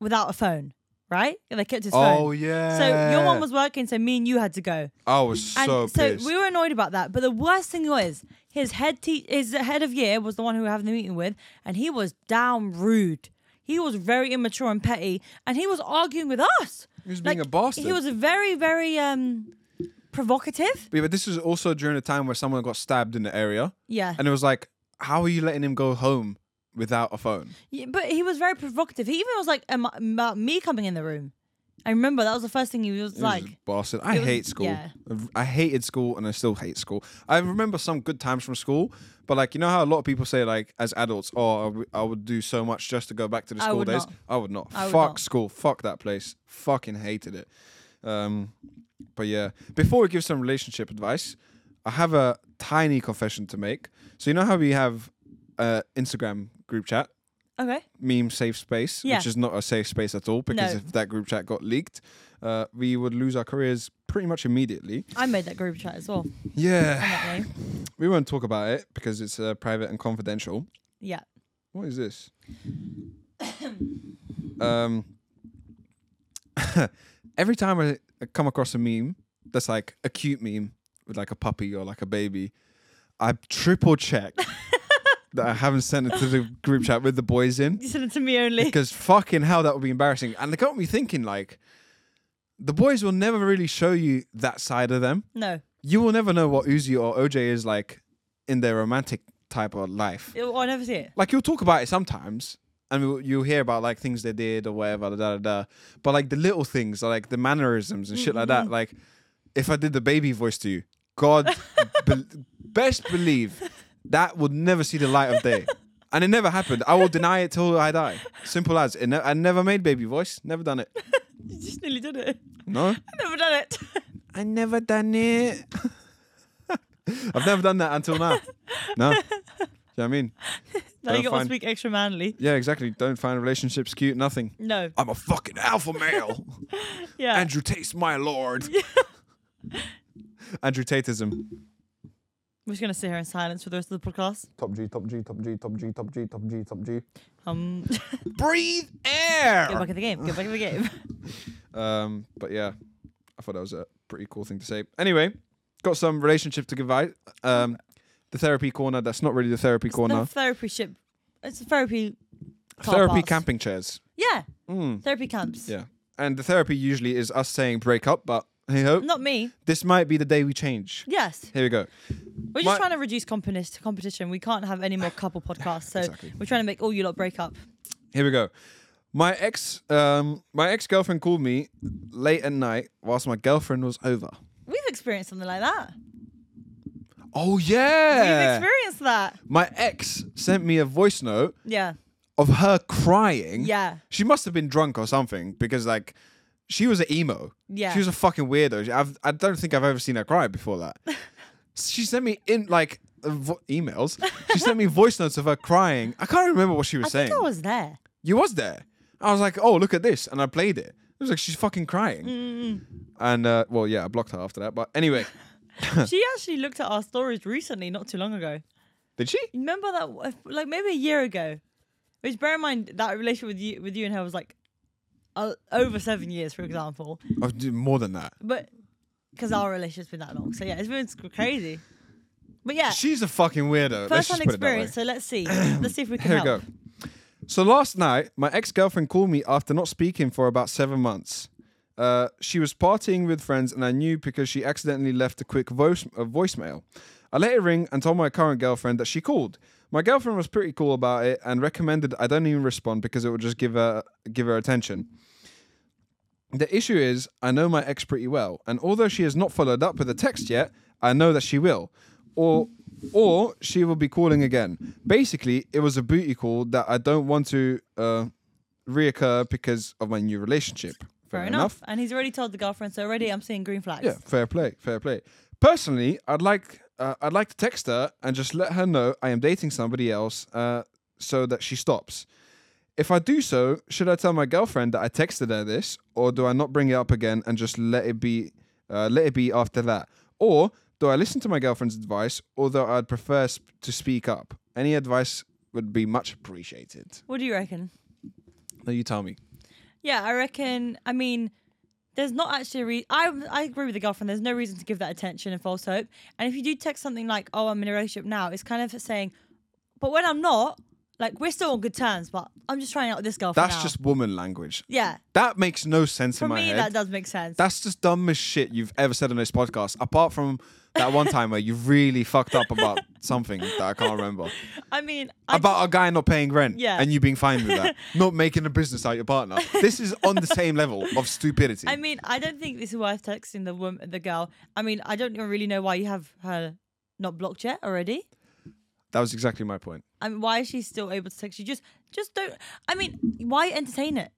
without a phone, right? And they kept his
Oh
phone.
yeah.
So your mum was working, so me and you had to go.
I was
And
so pissed.
we were annoyed about that. But the worst thing was his head te- his head of year was the one who we were having the meeting with, and he was down rude. He was very immature and petty, and he was arguing with us. He
was being a bastard.
He was very, very um provocative.
Yeah, but this was also during a time where someone got stabbed in the area,
Yeah.
and it was like, how are you letting him go home without a phone?
Yeah, but he was very provocative. He even was like am- about me coming in the room. I remember that was the first thing he was
It was
like.
just bastard. I
was-
hate school.
yeah.
I hated school, and I still hate school. I remember some good times from school, but like you know how a lot of people say like as adults, oh, I w- I would do so much just to go back to the
I
school
would
days.
not.
I would not.
I would
fuck
not.
school. Fuck that place. Fucking hated it. Um, but yeah, before we give some relationship advice, I have a tiny confession to make. So you know how we have uh, Instagram group chat.
Okay.
meme safe space,
Yeah.
which is not a safe space at all because
No.
if that group chat got leaked, uh, we would lose our careers pretty much immediately.
I made that group chat as well.
Yeah,
that way.
we won't talk about it because it's uh, private and confidential.
Yeah.
What is this? um, every time I I come across a meme that's like a cute meme with like a puppy or like a baby, I triple check that I haven't sent it to the group chat with the boys in.
You sent it to me only.
because fucking hell, that would be embarrassing. And it got me thinking, like, the boys will never really show you that side of them.
No.
You will never know what Uzi or OJ is like in their romantic type of life.
It- I'll never see it.
Like, you'll talk about it sometimes, and you'll- you'll hear about like things they did or whatever, da da da. But like the little things, like the mannerisms and shit like that. Like, if I did the baby voice to you, God, be- best believe that would never see the light of day. And it never happened. I will deny it till I die. Simple as. It ne- I never made baby voice. Never done it.
You just nearly did it.
No.
I've never done it.
I never done it. I've never done that until now. No. Do you know what I mean?
now you
Don't
got to
find-
speak extra manly.
Yeah, exactly. Don't find relationships cute. Nothing.
No.
I'm a fucking alpha male.
Yeah.
Andrew Tate's my lord. Andrew Tateism.
We're just gonna sit here in silence for the rest of the podcast.
Top G, top G, top G, top G, top G, top G, top G.
Um.
Breathe
get back
air.
in the game. Get back in the game.
Um, but yeah, I thought that was a pretty cool thing to say. Anyway, got some relationship to give out. Um, the therapy corner. That's not really the therapy corner.
The therapy ship. It's a therapy. Hmm. car
therapy
parts.
camping chairs.
Yeah.
Mm.
Therapy camps.
Yeah, and the therapy usually is us saying break up, but hey ho,
Not me.
this might be the day we change.
Yes.
Here we go.
We're just
My-
trying to reduce competition. Competition. We can't have any more couple podcasts. So
Exactly.
we're trying to make all you lot break up.
Here we go. My ex, um, my ex girlfriend called me late at night whilst my girlfriend was over.
We've experienced something like that.
Oh yeah.
We've experienced that.
My ex sent me a voice note
Yeah.
of her crying.
Yeah.
She must have been drunk or something because like she was an emo.
Yeah.
She was a fucking weirdo. She- I've, I don't think I've ever seen her cry before that. she sent me in like uh, vo- emails. She sent me voice notes of her crying. I can't remember what she was
I
saying.
think I was there.
you was there. I was like, oh, look at this. And I played it. It was like, she's fucking crying.
Mm-hmm.
And, uh, well, yeah, I blocked her after that. But anyway,
she actually looked at our stories recently, not too long ago.
did she?
Remember that, like maybe a year ago. Which bear in mind that relationship with you, with you and her was like uh, over seven years, for example.
Oh, dude, more than that.
But because our relationship's been that long, so yeah, it's been sc- crazy. But yeah,
She's a fucking weirdo. Let's
first
just
hand
put it that way.
experience. So let's see, let's see if we can
Here we
help.
go. So last night, my ex girlfriend called me after not speaking for about seven months. Uh, she was partying with friends, and I knew because she accidentally left a quick voice a voicemail. I let it ring and told my current girlfriend that she called. My girlfriend was pretty cool about it and recommended I don't even respond because it would just give her give her attention. The issue is, I know my ex pretty well, and although she has not followed up with a text yet, I know that she will, or or she will be calling again. Basically, it was a booty call that I don't want to uh, reoccur because of my new relationship.
Fair enough. And he's already told the girlfriend, so already I'm seeing green flags.
Yeah, fair play, fair play. Personally, I'd like uh, I'd like to text her and just let her know I am dating somebody else, uh, so that she stops. If I do so, should I tell my girlfriend that I texted her this, or do I not bring it up again and just let it be uh, let it be after that? Or do I listen to my girlfriend's advice, although I'd prefer sp- to speak up? Any advice would be much appreciated.
What do you reckon?
No, you tell me.
Yeah, I reckon. I mean, there's not actually a reason. I I agree with the girlfriend. There's no reason to give that attention and false hope. And if you do text something like, "Oh, I'm in a relationship now," it's kind of saying, "But when I'm not, like we're still on good terms, but I'm just trying out with this girlfriend."
That's
now."
just woman language.
yeah.
That makes no sense
For
in my
me,
head.
that does make sense.
That's just dumbest shit you've ever said on this podcast, apart from that one time where you really fucked up about something that I can't remember.
I mean, I
About a guy not paying rent
Yeah.
and you being fine with that, not making a business out your partner. This is on the same level of stupidity.
I mean, I don't think this is worth texting the woman, the girl. I mean, I don't even really know why you have her not blocked yet already.
that was exactly my point.
I mean, why is she still able to text you? Just, just don't. I mean, why entertain it?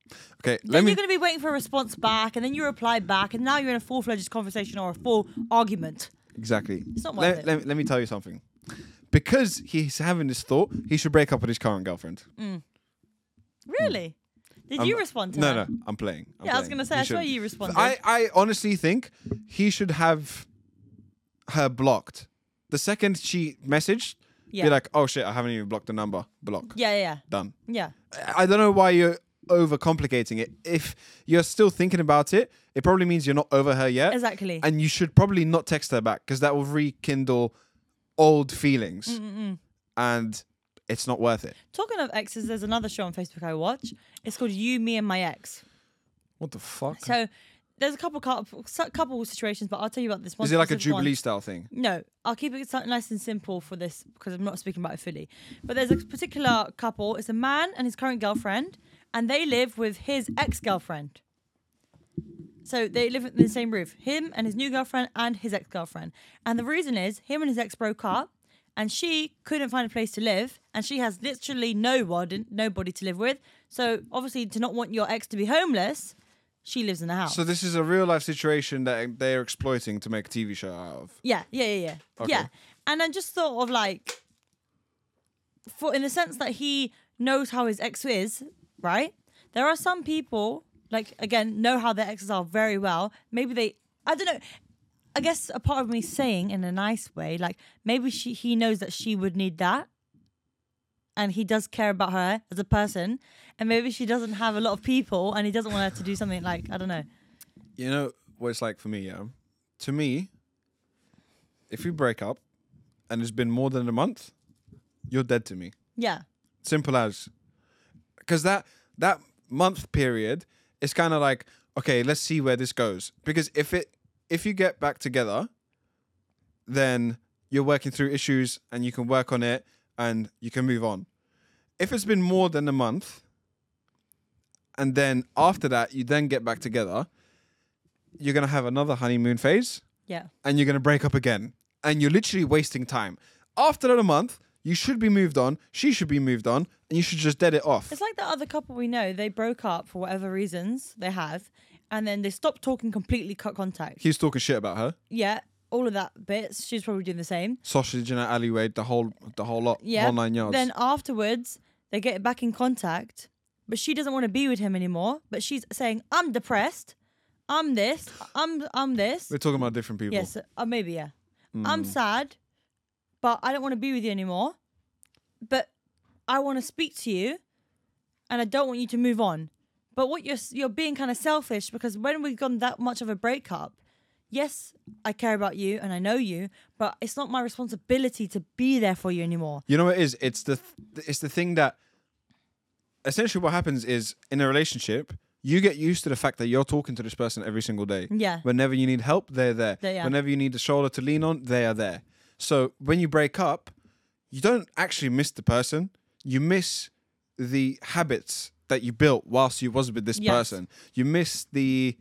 Okay, let
Then
me.
you're going to be waiting for a response back, and then you reply back, and now you're in a full fledged conversation or a full argument.
Exactly.
It's not worth
let,
it.
let, let me tell you something. Because he's having this thought, he should break up with his current girlfriend.
Really? Did you respond to
Um, no,
that?
no, I'm playing. I'm
Yeah, I was
playing.
gonna say,
He
I swear
should-
you responded.
I, I honestly think he should have her blocked. The second she messaged,
Yeah.
be like, oh shit, I haven't even blocked the number. Block.
Yeah, yeah,
Done.
yeah. yeah.
I- I don't know why you're overcomplicating it. If you're still thinking about it, it probably means you're not over her yet.
Exactly.
And you should probably not text her back because that will rekindle old feelings. And it's not worth it.
Talking of exes, there's another show on Facebook I watch. It's called You, Me, and My Ex.
What the fuck?
So there's a couple couple, couple situations, but I'll tell you about this one.
Is it like a
specific one.
Jubilee style thing?
No, I'll keep it so- nice and simple for this because I'm not speaking about it fully. But there's a particular couple. It's a man and his current girlfriend, and they live with his ex-girlfriend. So they live in the same roof. Him and his new girlfriend and his ex-girlfriend. And the reason is him and his ex broke up, and she couldn't find a place to live, and she has literally no one, nobody to live with. So obviously, to not want your ex to be homeless, she lives in the house.
So this is a real life situation that they're exploiting to make a TV show out of.
Yeah, yeah, yeah, yeah. Yeah. And I just thought of like for in the sense that he knows how his ex is, right? There are some people, like again, know how their exes are very well. Maybe they I don't know. I guess a part of me saying in a nice way, like maybe she he knows that she would need that. And he does care about her as a person, and maybe she doesn't have a lot of people, and he doesn't want her to do something like I don't know.
You know what it's like for me, yeah? To me, if we break up and it's been more than a month, you're dead to me.
Yeah,
Simple as. Because that that month period is kind of like, okay, let's see where this goes. Because if it if you get back together, then you're working through issues and you can work on it and you can move on. If it's been more than a month, and then after that you then get back together, you're gonna have another honeymoon phase
yeah.
and you're going to break up again. And you're literally wasting time. After a month, you should be moved on. She should be moved on. And you should just dead it off.
It's like that other couple we know. They broke up for whatever reasons they have, and then they stopped talking completely, cut contact.
He's talking shit about her.
Yeah, all of that bits. She's probably doing the same.
Sausage in an alleyway, the whole the whole lot,
Yeah.
whole nine yards.
Then afterwards, they get back in contact, but she doesn't want to be with him anymore. But she's saying, I'm depressed. I'm this. I'm I'm this.
We're talking about different people.
Yes, uh, maybe yeah. I'm sad, but I don't want to be with you anymore. But I want to speak to you, and I don't want you to move on. But what you're s- you're being kind of selfish because when we've gone that much of a breakup, yes, I care about you and I know you, but it's not my responsibility to be there for you anymore.
You know what it is? It's the th- it's the thing that essentially what happens is in a relationship, you get used to the fact that you're talking to this person every single day.
Yeah.
Whenever you need help, they're there.
They are.
Whenever you need a shoulder to lean on, they are there. So when you break up, you don't actually miss the person. You miss the habits that you built whilst you was with this
Yes.
person. You miss the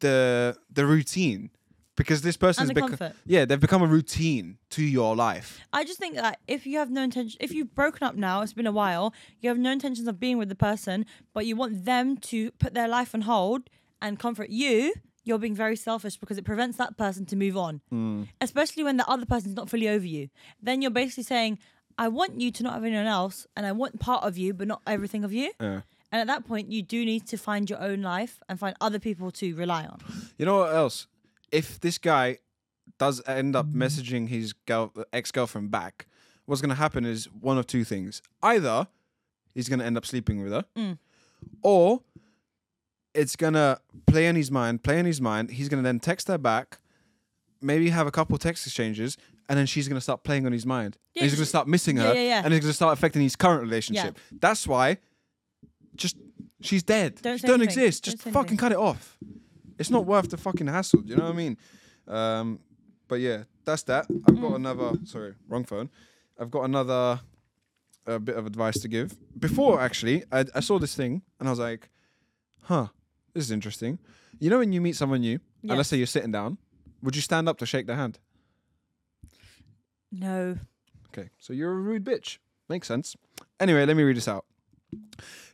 the the routine because this person's
the
become
comfort.
yeah they've become a routine to your life.
I just think that if you have no intention, if you've broken up now, it's been a while, you have no intentions of being with the person, but you want them to put their life on hold and comfort you, you're being very selfish because it prevents that person to move on. Especially when the other person's not fully over you. Then you're basically saying, I want you to not have anyone else, and I want part of you, but not everything of you.
Yeah.
And at that point, you do need to find your own life and find other people to rely on.
You know what else? If this guy does end up messaging his girl, ex girlfriend back, what's going to happen is one of two things. Either he's going to end up sleeping with her,
Mm.
or it's going to play in his mind, play in his mind. He's going to then text her back, maybe have a couple text exchanges, and then she's going to start playing on his mind.
Yeah,
and he's going
she-
to start missing
yeah,
her,
yeah, yeah.
and it's going to start affecting his current relationship. That's why just she's dead.
Don't
she
say
don't
anything.
exist.
Don't
Just
say
fucking
anything.
cut it off. It's not worth the fucking hassle. Do you know what I mean? Um, but yeah, that's that. I've
Mm.
got another. Sorry, wrong phone. I've got another uh, bit of advice to give. Before actually, I, I saw this thing and I was like, "Huh, this is interesting." You know, when you meet someone new, and let's
Yes.
say you're sitting down, would you stand up to shake their hand?
No.
Okay, so you're a rude bitch. Makes sense. Anyway, let me read this out.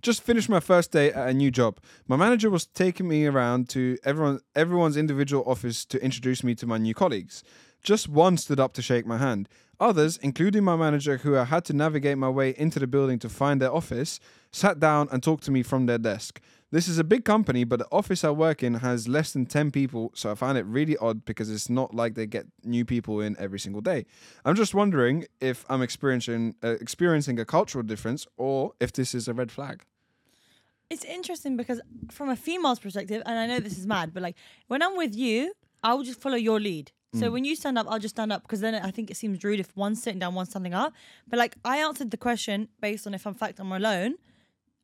Just finished my first day at a new job. My manager was taking me around to everyone everyone's individual office to introduce me to my new colleagues. Just one stood up to shake my hand. Others, including my manager, who I had to navigate my way into the building to find their office, sat down and talked to me from their desk. This is a big company, but the office I work in has less than 10 people, so I find it really odd because it's not like they get new people in every single day. I'm just wondering if I'm experiencing uh, experiencing a cultural difference or if this is a red flag.
It's interesting because from a female's perspective, and I know this is mad, but like when I'm with you, I will just follow your lead. So when you stand up, I'll just stand up because then I think it seems rude if one's sitting down, one's standing up. But like I answered the question based on if I'm fact I'm alone,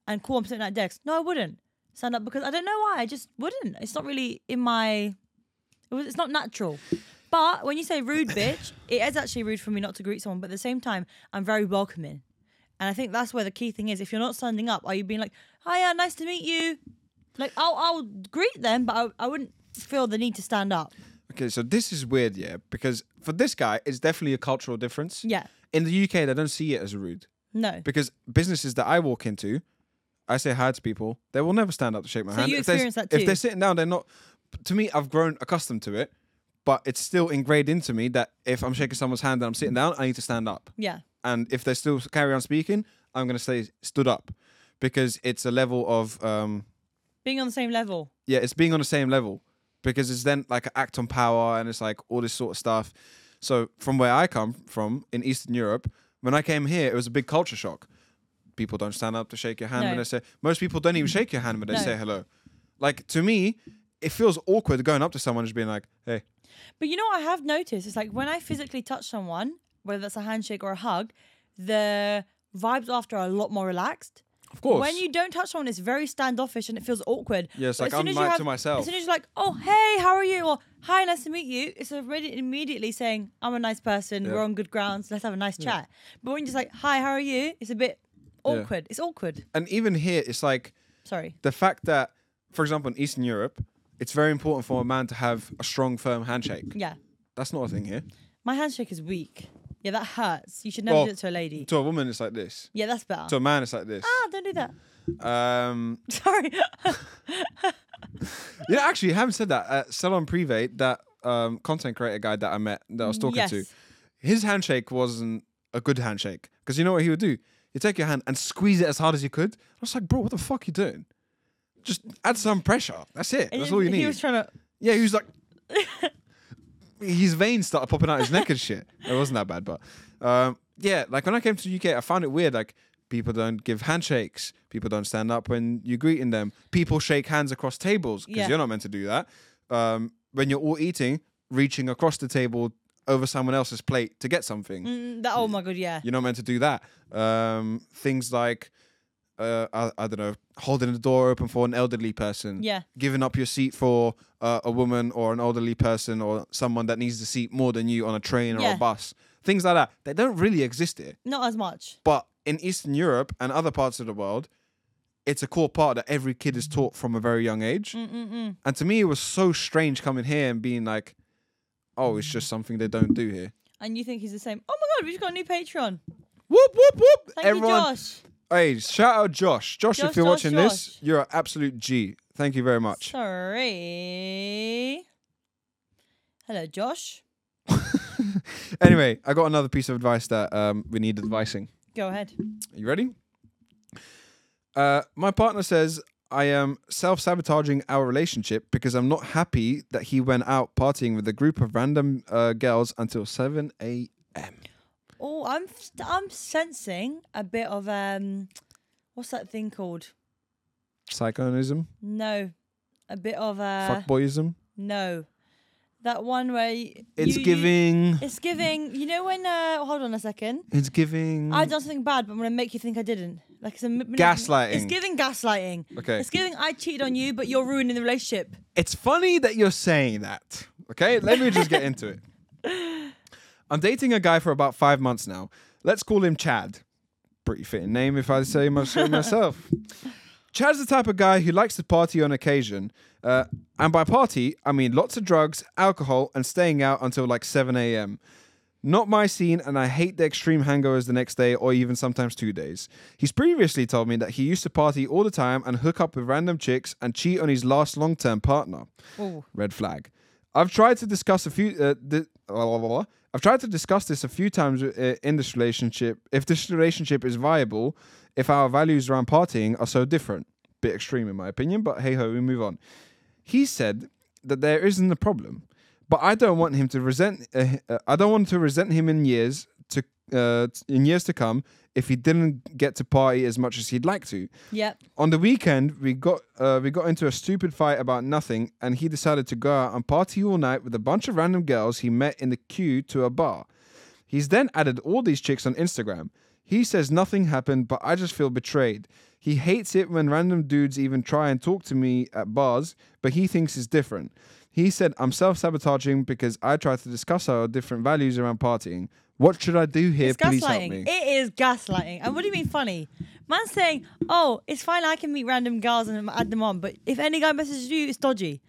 and cool, I'm sitting at desk. No, I wouldn't stand up because I don't know why. I just wouldn't. It's not really in my. It was, it's not natural. But when you say rude, bitch, it is actually rude for me not to greet someone. But at the same time, I'm very welcoming. And I think that's where the key thing is. If you're not standing up, are you being like, "Hiya, nice to meet you"? Like, I'll I'll greet them, but I, I wouldn't feel the need to stand up.
Okay, so this is weird, yeah, because for this guy, it's definitely a cultural difference.
Yeah,
In the UK, they don't see it as rude
no.
because businesses that I walk into, I say hi to people, they will never stand up to shake my
So
hand.
you
if, they're-
experience that
if
too?
they're sitting down, they're not. To me, I've grown accustomed to it, but it's still ingrained into me that if I'm shaking someone's hand and I'm sitting down, I need to stand up.
Yeah,
and if they still carry on speaking, I'm gonna say stood up because it's a level of um
being on the same level.
yeah, it's being on the same level because it's then like an act on power and it's like all this sort of stuff. So from where I come from in Eastern Europe, when I came here, it was a big culture shock. People don't stand up to shake your hand when
No.
they say. Most people don't even shake your hand when they
No.
say hello. Like to me, it feels awkward going up to someone and just being like, "Hey,
But you know, what I have noticed it's like when I physically touch someone, whether that's a handshake or a hug, the vibes after are a lot more relaxed.
of course."
When you don't touch someone, it's very standoffish and it feels awkward.
Yeah, it's
But
like,
as soon
I'm
as you
my- to myself.
As soon as you're like, oh, hey, how are you? Or hi, nice to meet you. It's already immediately saying, I'm a nice person. We're on good grounds. Let's have a nice chat. But when you're just like, hi, how are you? It's a bit awkward. It's awkward.
and even here, it's like
Sorry.
the fact that, for example, in Eastern Europe, it's very important for a man to have a strong, firm handshake.
Yeah.
That's not a thing here.
My handshake is weak. Yeah, that hurts. You should never
Well,
do it to a lady.
To a woman, it's like this.
Yeah, that's better.
To a man, it's like this.
ah, don't do that.
Um,
Sorry.
you know, actually, having said that, uh, Salon Privé, that um, content creator guy that I met, that I was talking to,
Yes.
his handshake wasn't a good handshake because you know what he would do? You take your hand and squeeze it as hard as you could. I was like, bro, what the fuck you doing? Just add some pressure. That's it.
And
That's
he-
all you
He
need.
was trying to.
Yeah, he was like, his veins started popping out his neck and shit. It wasn't that bad, but um, yeah, like when I came to the UK, I found it weird. Like people don't give handshakes, people don't stand up when you're greeting them, people shake hands across tables because
Yeah.
you're not meant to do that. Um, when you're all eating, reaching across the table over someone else's plate to get something.
Mm, that, oh my god, yeah.
You're not meant to do that. Um, things like, uh, I, I don't know, holding the door open for an elderly person.
Yeah.
Giving up your seat for uh, a woman or an elderly person or someone that needs the seat more than you on a train or
Yeah.
a bus. Things like that. They don't really exist here.
Not as much.
But in Eastern Europe and other parts of the world, it's a core part that every kid
Mm-hmm.
is taught from a very young age.
Mm, Mm-mm-mm.
And to me, it was so strange coming here and being like, oh,
Mm.
it's just something they don't do here.
And you think he's the same? Oh my god, we just got a new Patreon.
Whoop, whoop, whoop.
Thank you, Josh.
Hey, shout out Josh. Josh,
Josh,
if you're
Josh,
watching this,
Josh.
you're an absolute G. Thank you very much.
Sorry. Hello, Josh.
Anyway, I got another piece of advice that um, we need advising.
Go ahead.
Are you ready? Uh, my partner says I am self sabotaging our relationship because I'm not happy that he went out partying with a group of random uh, girls until 7 a.m.
Oh, I'm I'm sensing a bit of um, what's that thing called?
Psychonism,
No, a bit of uh,
fuckboyism.
no, that one where y-
It's
you- you-
giving.
it's giving. You know when? Uh, hold on a second.
It's giving.
I've done something bad, but I'm gonna make you think I didn't. Like it's a manip- It's
Gaslighting.
giving gaslighting.
Okay.
It's giving I cheated on you, but you're ruining the relationship.
It's funny that you're saying that. Okay, let me just get into it. I'm dating a guy for about five months now. Let's call him Chad. Pretty fitting name, if I say my- so myself. Chad's the type of guy who likes to party on occasion. Uh, and by party, I mean lots of drugs, alcohol, and staying out until like 7 a.m. Not my scene, and I hate the extreme hangovers the next day or even sometimes two days. He's previously told me that he used to party all the time and hook up with random chicks and cheat on his last long term partner
Oh,
red flag. I've tried to discuss a few. Uh, di- blah, blah, blah, blah. I've tried to discuss this a few times uh, in this relationship. If this relationship is viable, if our values around partying are so different, bit extreme in my opinion, but hey ho, we move on. He said that there isn't a problem, but I don't want him to resent. Uh, uh, I don't want to resent him in years to uh, in years to come if he didn't get to party as much as he'd like to.
yep.
On the weekend, we got uh, we got into a stupid fight about nothing, and he decided to go out and party all night with a bunch of random girls he met in the queue to a bar. He's then added all these chicks on Instagram. He says nothing happened, but I just feel betrayed. He hates it when random dudes even try and talk to me at bars, but he thinks it's different. He said, I'm self sabotaging because I try to discuss our different values around partying. What should I do here?
It's
Please help me.
gaslighting. It is gaslighting. And what do you mean funny? Man's saying, "Oh, it's fine. I can meet random girls and add them on, but if any guy messages you, it's dodgy."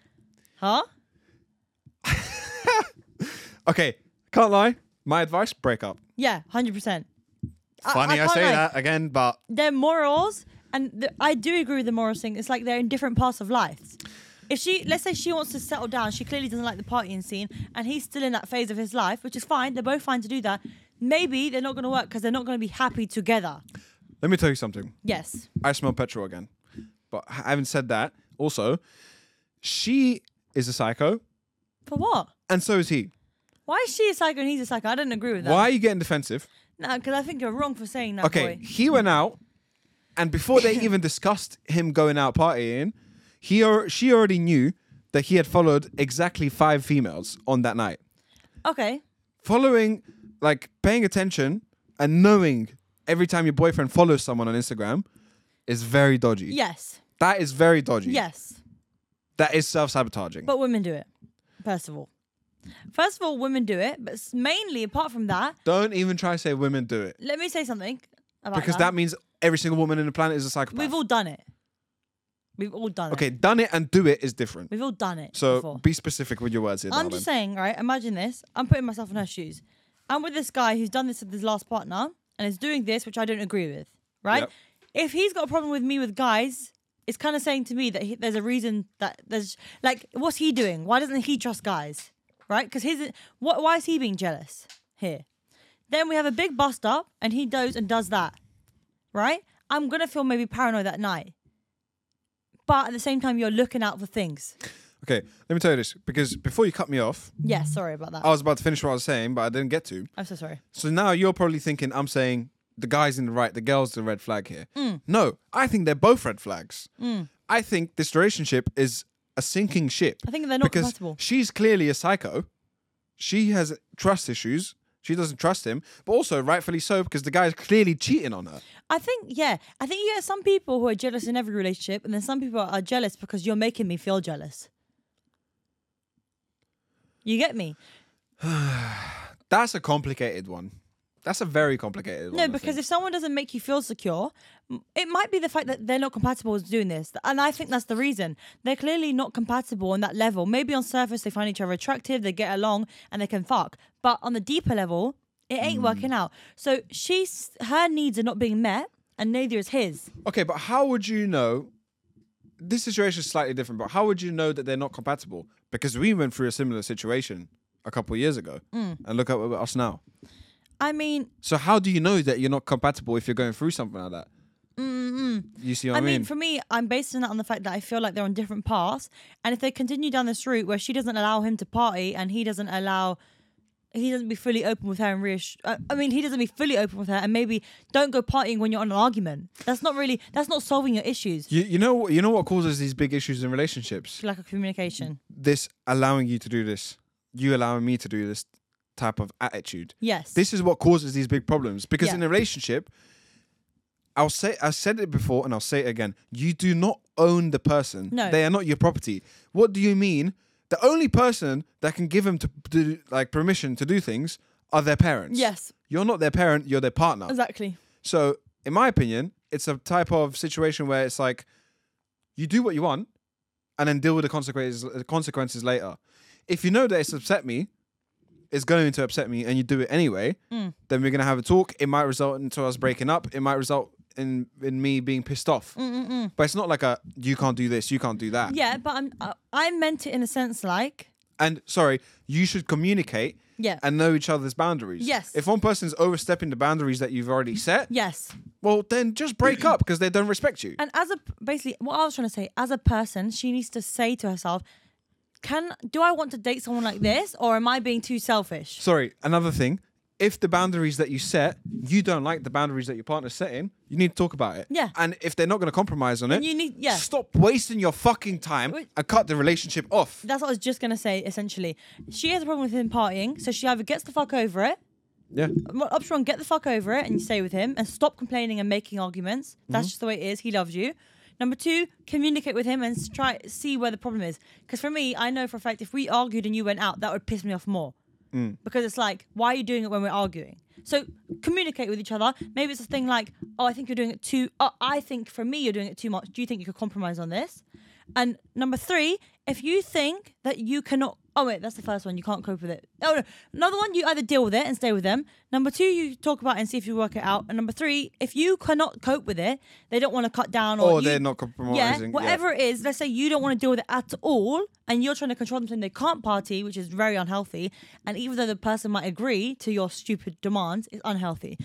Huh?
okay, can't lie. My advice break up.
Yeah, hundred percent.
Funny I,
can't
say
lie.
that again, but
Their morals, and the, I do agree with the morals thing. It's like they're in different parts of life. If she, let's say, she wants to settle down, she clearly doesn't like the partying scene, and he's still in that phase of his life, which is fine. They're both fine to do that. Maybe they're not going to work because they're not going to be happy together.
let me tell you something.
Yes.
I smell petrol again. But having said that, also, she is a psycho,
For what?
and so is he.
Why is she a psycho and he's a psycho? I don't agree with that.
Why are you getting defensive?
No, because I think you're wrong for saying that.
Okay,
boy.
he went out, and before they even discussed him going out partying, he or she already knew that he had followed exactly five females on that night.
Okay.
following, like paying attention and knowing every time your boyfriend follows someone on Instagram is very dodgy.
Yes.
That is very dodgy.
Yes.
That is self sabotaging.
But women do it. First of all. First of all, women do it, but s- mainly apart from that,
Don't even try to say women do it
let me say something about
because that means every single woman in the planet is a psychopath.
We've all done it. We've all done it.
okay, done it and do it is different.
We've all done it.
So
before.
be specific with your words here.
I'm
darling.
just saying, right? Imagine this. I'm putting myself in her shoes. I'm with this guy who's done this with his last partner and is doing this, which I don't agree with, right?
Yep.
If he's got a problem with me with guys, it's kind of saying to me that he, there's a reason that there's like, what's he doing? Why doesn't he trust guys, right? Because his what? Why is he being jealous here? Then we have a big bust up, and he goes and does that. right? I'm gonna feel maybe paranoid that night. But at the same time, you're looking out for things.
Okay, let me tell you this because before you cut me off,
Yeah, sorry about that.
I was about to finish what I was saying, but I didn't get to.
I'm so sorry.
So now you're probably thinking I'm saying the guy's in the right, the girl's the red flag here.
Mm.
No, I think they're both red flags. I think this relationship is a sinking ship.
I think they're not
because
compatible.
She's clearly a psycho. She has trust issues. She doesn't trust him, but also rightfully so because the guy is clearly cheating on her.
I think, yeah, I think you get some people who are jealous in every relationship, and then some people are jealous because you're making me feel jealous. You get me?
That's a complicated one. That's a very complicated one.
No, because if someone doesn't make you feel secure, m- it might be the fact that they're not compatible with doing this. And I think that's the reason. They're clearly not compatible on that level. Maybe on surface they find each other attractive, they get along and they can fuck. But on the deeper level, it ain't working out. So she's her needs are not being met and neither is his.
okay, but how would you know? This situation is slightly different, but how would you know that they're not compatible? Because we went through a similar situation a couple of years ago,
Mm.
and look at us now.
I mean,
So how do you know that you're not compatible if you're going through something like that? You see
Mm-hmm.
what
I
I mean?
mean, for me, I'm basing that on the fact that I feel like they're on different paths. And if they continue down this route where she doesn't allow him to party and he doesn't allow, he doesn't be fully open with her and reassure, I mean, he doesn't be fully open with her and maybe don't go partying when you're on an argument. That's not really, that's not solving your issues.
you, you know what you know what causes these big issues in relationships?
Lack of communication.
This allowing you to do this, you allowing me to do this type of attitude.
Yes.
This is what causes these big problems because
Yeah.
in a relationship, I'll say I said it before and I'll say it again. You do not own the person.
No.
They are not your property. What do you mean? The only person that can give them to do, like permission to do things are their parents.
yes,
You're not their parent, you're their partner.
exactly.
So, in my opinion, it's a type of situation where it's like you do what you want and then deal with the consequences the consequences later. If you know that it's upset me, it's going to upset me and you do it anyway,
Mm.
then we're going to have a talk. It might result into us breaking up. It might result in in me being pissed off. But it's not like a you can't do this, you can't do that.
Mm, Yeah, but I'm, uh, I meant it in a sense like,
And sorry, you should communicate
Yeah.
and know each other's boundaries.
Yes.
If one person's overstepping the boundaries that you've already set,
yes.
well then just break up because they don't respect you.
and as a basically what i was trying to say as a person she needs to say to herself can do i want to date someone like this or am i being too selfish
sorry, another thing. If the boundaries that you set, you don't like the boundaries that your partner's setting, you need to talk about it.
Yeah.
And if they're not going to compromise on it,
you need- yeah.
stop wasting your fucking time
Wait.
and cut the relationship off.
that's what i was just going to say essentially she has a problem with him partying so she either gets the fuck over it
Yeah.
well, option one get the fuck over it and you stay with him and stop complaining and making arguments that's just the way it is he loves you number two communicate with him and s- try see where the problem is because for me i know for a fact if we argued and you went out that would piss me off more because it's like why are you doing it when we're arguing so communicate with each other maybe it's a thing like oh i think you're doing it too oh, i think for me you're doing it too much do you think you could compromise on this and number three if you think that you cannot oh wait that's the first one you can't cope with it oh no another one you either deal with it and stay with them number two you talk about it and see if you work it out and number three if you cannot cope with it they don't want to cut down or
Or
you-
they're not compromising.
yeah, whatever it is, let's say you don't want to deal with it at all, and you're trying to control them so they can't party, which is very unhealthy. And even though the person might agree to your stupid demands, it's unhealthy.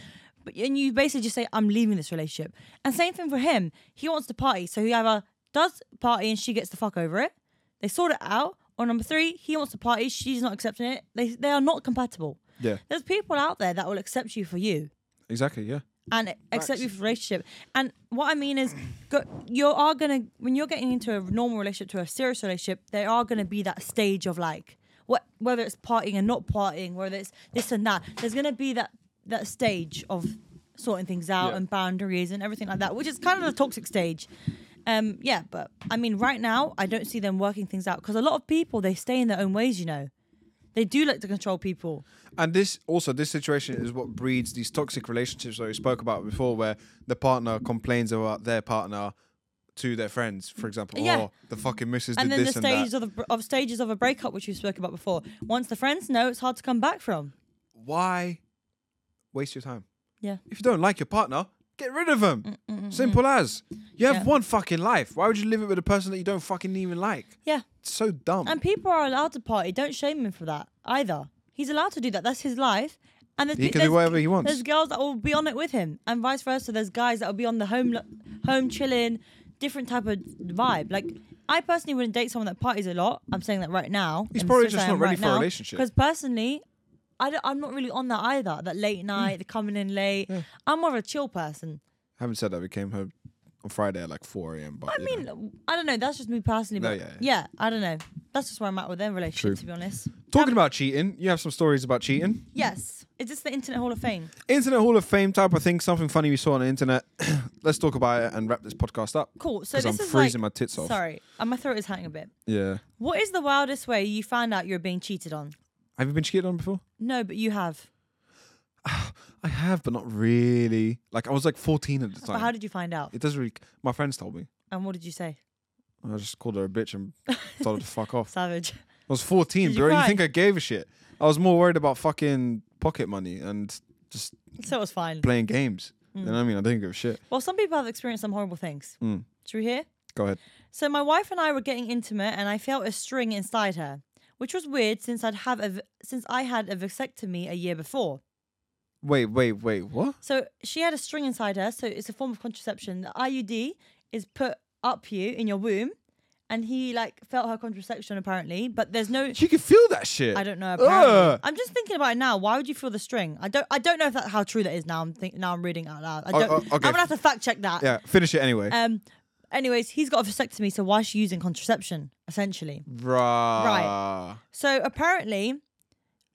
But and you basically just say, "I'm leaving this relationship." And same thing for him. He wants to party, so he either does party and she gets the fuck over it. They sort it out. Or number three, he wants to party. She's not accepting it. They they are not compatible.
Yeah.
There's people out there that will accept you for you
Exactly. Yeah.
and accept you for relationship. And what I mean is, go, you are gonna when you're getting into a normal relationship to a serious relationship, there are gonna be that stage of like what whether it's partying and not partying, whether it's this and that. There's gonna be that that stage of sorting things out
Yeah.
and boundaries and everything like that, which is kind of the toxic stage. Um, yeah, but I mean, right now I don't see them working things out because a lot of people they stay in their own ways. You know, they do like to control people.
And this also, this situation is what breeds these toxic relationships that we spoke about before, where the partner complains about their partner to their friends, for example.
Yeah.
Oh, the fucking missus
and
did
then the
this and that.
stages of, the, of stages of a breakup, which we spoke about before. Once the friends know, it's hard to come back from.
Why waste your time?
Yeah.
if you don't like your partner, get rid
Mm,
of them. Simple as. You have
Yeah.
one fucking life. Why would you live it with a person that you don't fucking even like?
Yeah,
It's so dumb.
Um, and people are allowed to party. Don't shame him for that either. He's allowed to do that. That's his life, And there's
He
pe-
can do
there's-
whatever he wants.
There's girls that will be on it with him, and vice versa. There's guys that will be on the home, lo- home chilling, different type of vibe. Like I personally wouldn't date someone that parties a lot. I'm saying that right now.
He's probably just not ready for a relationship.
Because personally, I don't, I'm not really on that either. That
Mm.
late night, the coming in late. I'm more of a chill person.
Haven't said that. We came home on Friday at like 4 a.m. But
I mean, I don't know. That's just me personally.
No,
But
yeah,
yeah, I don't know. That's just where I'm at with their relationship,
True.
to be honest.
talking about cheating, you have some stories about cheating.
Yes. Is this the Internet Hall of Fame?
Internet Hall of Fame type of thing. Something funny we saw on the internet. Let's talk about it and wrap this podcast up.
Cool. So
'Cause
this
I'm
is
freezing
like,
my tits off.
Sorry, and my throat is hanging a bit.
Yeah.
What is the wildest way you found out you're being cheated on?
Have you been cheated on before?
No, but you have.
I have, but not really. Like I was like 14 at the
But
time.
how did you find out?
it doesn't really. My friends told me.
And what did you say?
I just called her a bitch and told her to fuck off.
Savage.
I was 14,
Did you
bro. You
cry?
think I gave a shit? I was more worried about fucking pocket money and just
So it was fine.
playing games. You know what I mean? I didn't give a shit.
Well, some people have experienced some horrible things.
Hmm.
Should we hear?
Go ahead.
So my wife and I were getting intimate, and I felt a string inside her, which was weird since I'd have a v- since I had a vasectomy a year before.
Wait, wait, wait. What?
So she had a string inside her, so it's a form of contraception. The IUD is put up you in your womb, and he like felt her contraception apparently, but there's no.
You can feel that shit.
I don't know. Apparently,
Ugh.
I'm just thinking about it now. Why would you feel the string? I don't. I don't know if that's how true that is. Now I'm think, now I'm reading out loud. I don't.
oh, okay.
I'm gonna have to fact check that.
Yeah, finish it anyway.
Um. Anyways, he's got a vasectomy, so why is she using contraception essentially?
Rah.
right. So apparently,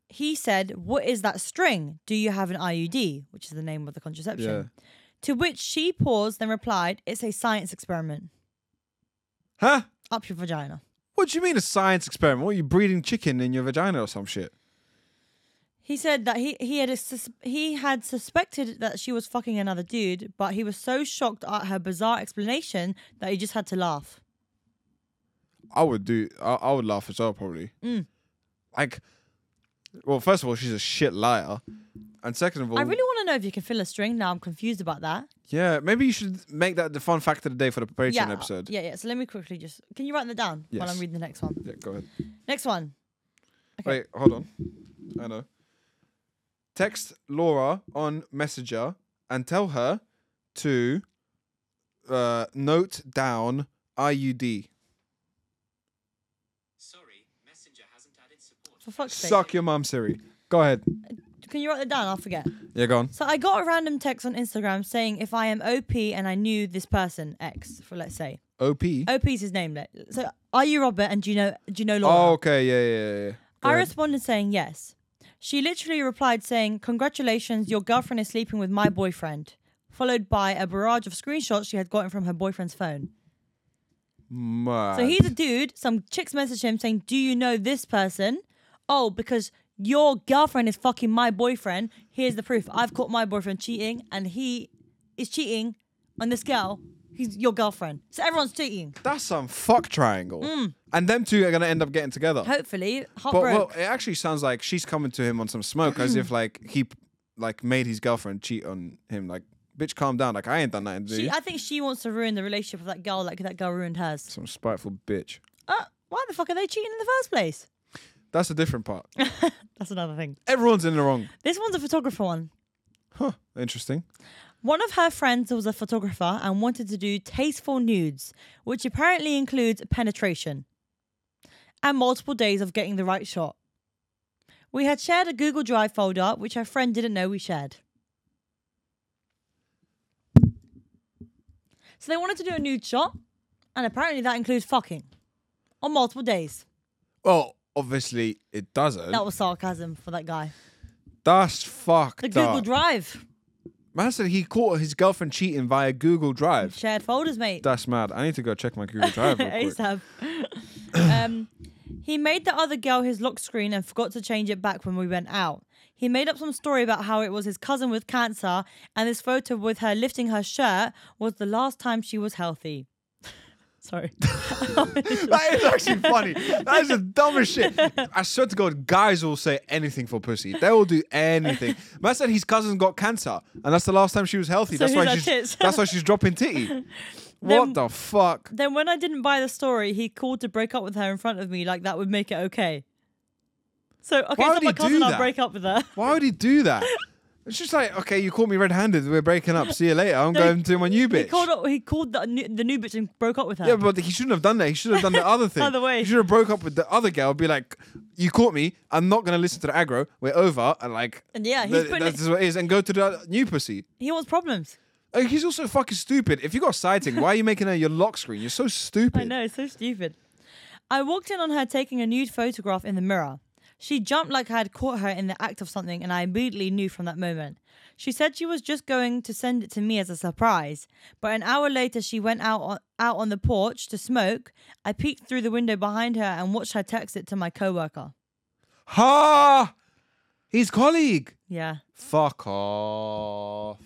he said, "What is that string? Do you have an IUD, which is the name of the contraception?"
Yeah.
To which she paused, then replied, "It's a science experiment.
Huh?
Up your vagina."
What do you mean a science experiment? What, are you breeding chicken in your vagina or some shit?
He said that he he had a sus- he had suspected that she was fucking another dude, but he was so shocked at her bizarre explanation that he just had to laugh.
I would do. I, I would laugh as well, probably. Like, well, first of all, she's a shit liar, and second of all,
I really want to know if you can feel a string. Now I'm confused about that.
yeah, maybe you should make that the fun fact of the day for the Patreon
yeah, uh,
episode.
yeah, yeah. So let me quickly just can you write that down while
Yes.
I'm reading the next one?
Yeah, go ahead.
Next one. Okay.
Wait, hold on. I know. Text Laura on Messenger and tell her to uh, note down IUD.
Sorry, Messenger hasn't added support.
For fuck's sake.
Suck your mum, Siri. Go ahead.
Can you write that down? I'll forget.
Yeah, go on.
So I got a random text on Instagram saying if I am OP and I knew this person X for let's say
OP.
OP's his name. like- So are you Robert and do you know do you know Laura?
Oh, okay. Yeah, yeah, yeah. Go
I
ahead.
responded saying yes. She literally replied saying, "Congratulations, your girlfriend is sleeping with my boyfriend." Followed by a barrage of screenshots she had gotten from her boyfriend's phone.
Mad.
So he's a dude. Some chicks messaged him saying, "Do you know this person?" Oh, because your girlfriend is fucking my boyfriend. Here's the proof. I've caught my boyfriend cheating, and he is cheating on this girl. He's your girlfriend. So everyone's cheating.
That's some fuck triangle.
Mm.
And them two are gonna end up getting together.
Hopefully,
but
heartbroken.
well, it actually sounds like she's coming to him on some smoke, as if like he p- like made his girlfriend cheat on him. Like, bitch, calm down. Like, I ain't done nothing to
she,
you.
I think she wants to ruin the relationship of that girl, like that girl ruined hers.
Some spiteful bitch.
Uh, why the fuck are they cheating in the first place?
That's a different part.
That's another thing.
Everyone's in the wrong.
This one's a photographer one.
Huh. Interesting.
One of her friends was a photographer and wanted to do tasteful nudes, which apparently includes penetration and multiple days of getting the right shot. We had shared a Google Drive folder, which her friend didn't know we shared. So they wanted to do a nude shot, and apparently that includes fucking on multiple days.
Well, obviously it doesn't.
That was sarcasm for that guy.
That's fucked.
The Google
up.
Drive
Man said he caught his girlfriend cheating via Google Drive.
shared folders, mate.
That's mad. I need to go check my Google Drive. Real quick.
ASAP. um, he made the other girl his lock screen and forgot to change it back when we went out. He made up some story about how it was his cousin with cancer, and this photo with her lifting her shirt was the last time she was healthy. Sorry.
That is actually funny. That is the dumbest shit. I swear to God, guys will say anything for pussy. They will do anything. Man said his cousin got cancer, and that's the last time she was healthy.
So
that's
here's
why
our
she's
tits.
that's why she's dropping titty. what
Then-
the fuck?
then, when I didn't buy the story, he called to break up with her in front of me, like that would make it okay. So okay,
Why
so
would
my
he do
cousin, I'll
that?
break up with her.
Why would he do that? It's just like, okay, you caught me red-handed. We're breaking up. See you later. I'm going to my new
He
bitch.
called up, he called the new, the new bitch and broke up with her.
Yeah, but he shouldn't have done that. He should have done the other thing.
Other way.
He should have broke up with the other girl. Be like, you caught me. I'm not gonna listen to the aggro. We're over. And like,
And yeah, he's
th-
putting
that's
it-
what it is. And go to the new pussy.
he wants problems.
Like, he's also fucking stupid. If you got sighting, why are you making her your lock screen? You're so stupid.
I know, it's so stupid. I walked in on her taking a nude photograph in the mirror. She jumped like I had caught her in the act of something, and I immediately knew from that moment. She said she was just going to send it to me as a surprise, but an hour later she went out on, out on the porch to smoke. I peeked through the window behind her and watched her text it to my coworker.
Ha! His colleague.
Yeah,
Fuck off.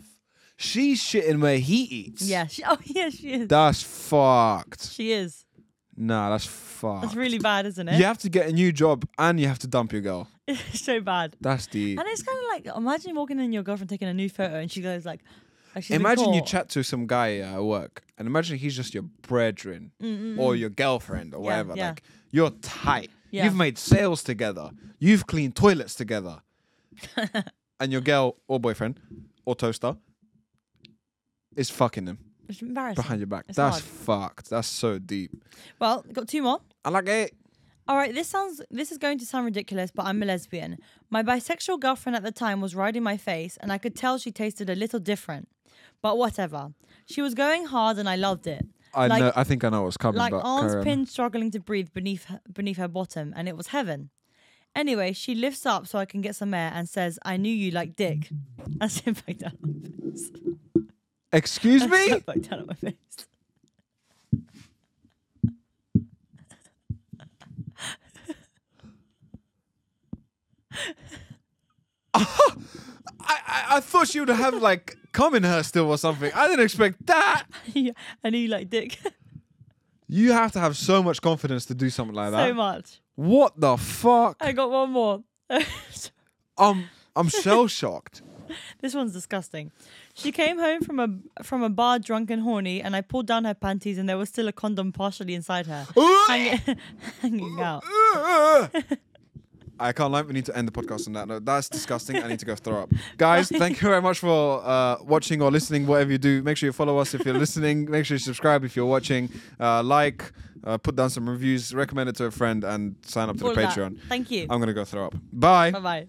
She's shitting where he eats.
yeah. She, oh yeah, she is.
That's fucked.
She is.
Nah, that's fucked.
That's really bad, isn't it?
You have to get a new job and you have to dump your girl.
It's so bad.
That's the.
And it's kind of like imagine walking in your girlfriend taking a nude photo, and she goes like, like, she's been
Imagine you
caught.
chat to some guy uh, at work, and imagine he's just your brethren or your girlfriend or whatever.
Mm, yeah.
Like you're tight.
Yeah.
You've made sales together. You've cleaned toilets together. and your girl or boyfriend or toaster is fucking him
It's embarrassing.
behind your back.
It's
That's
hard.
fucked. That's so deep.
Well, got two more.
I like eh, it.
All right, this sounds this is going to sound ridiculous, but I'm a lesbian. My bisexual girlfriend at the time was riding my face, and I could tell she tasted a little different. But whatever, she was going hard, and I loved it.
I
like,
know. I think I know what's coming.
like
but
arms
carry on.
pinned, struggling to breathe beneath her, beneath her bottom, and it was heaven. Anyway, she lifts up so I can get some air and says, "I knew you like dick." And sit back down. on my face.
Excuse me.
Sat back down on my face.
I, I I thought she would have like come in her still or something. I didn't expect that.
Yeah, I knew you like dick
You have to have so much confidence to do something like that.
so much.
What the fuck?
I got one more.
Um, I'm shell shocked.
This one's disgusting. She came home from a from a bar drunk and horny, and I pulled down her panties, and there was still a condom partially inside her,
Oh.
hang- hanging out.
I can't lie. We need to end the podcast on that note. That's disgusting. I need to go throw up. Guys, thank you very much for uh, watching or listening, whatever you do. Make sure you follow us if you're listening. Make sure you subscribe if you're watching. Uh, like, uh, put down some reviews, recommend it to a friend, and sign up to
All
the
of that.
Patreon. Um,
Thank you.
I'm gonna go throw up. Bye.
Bye bye.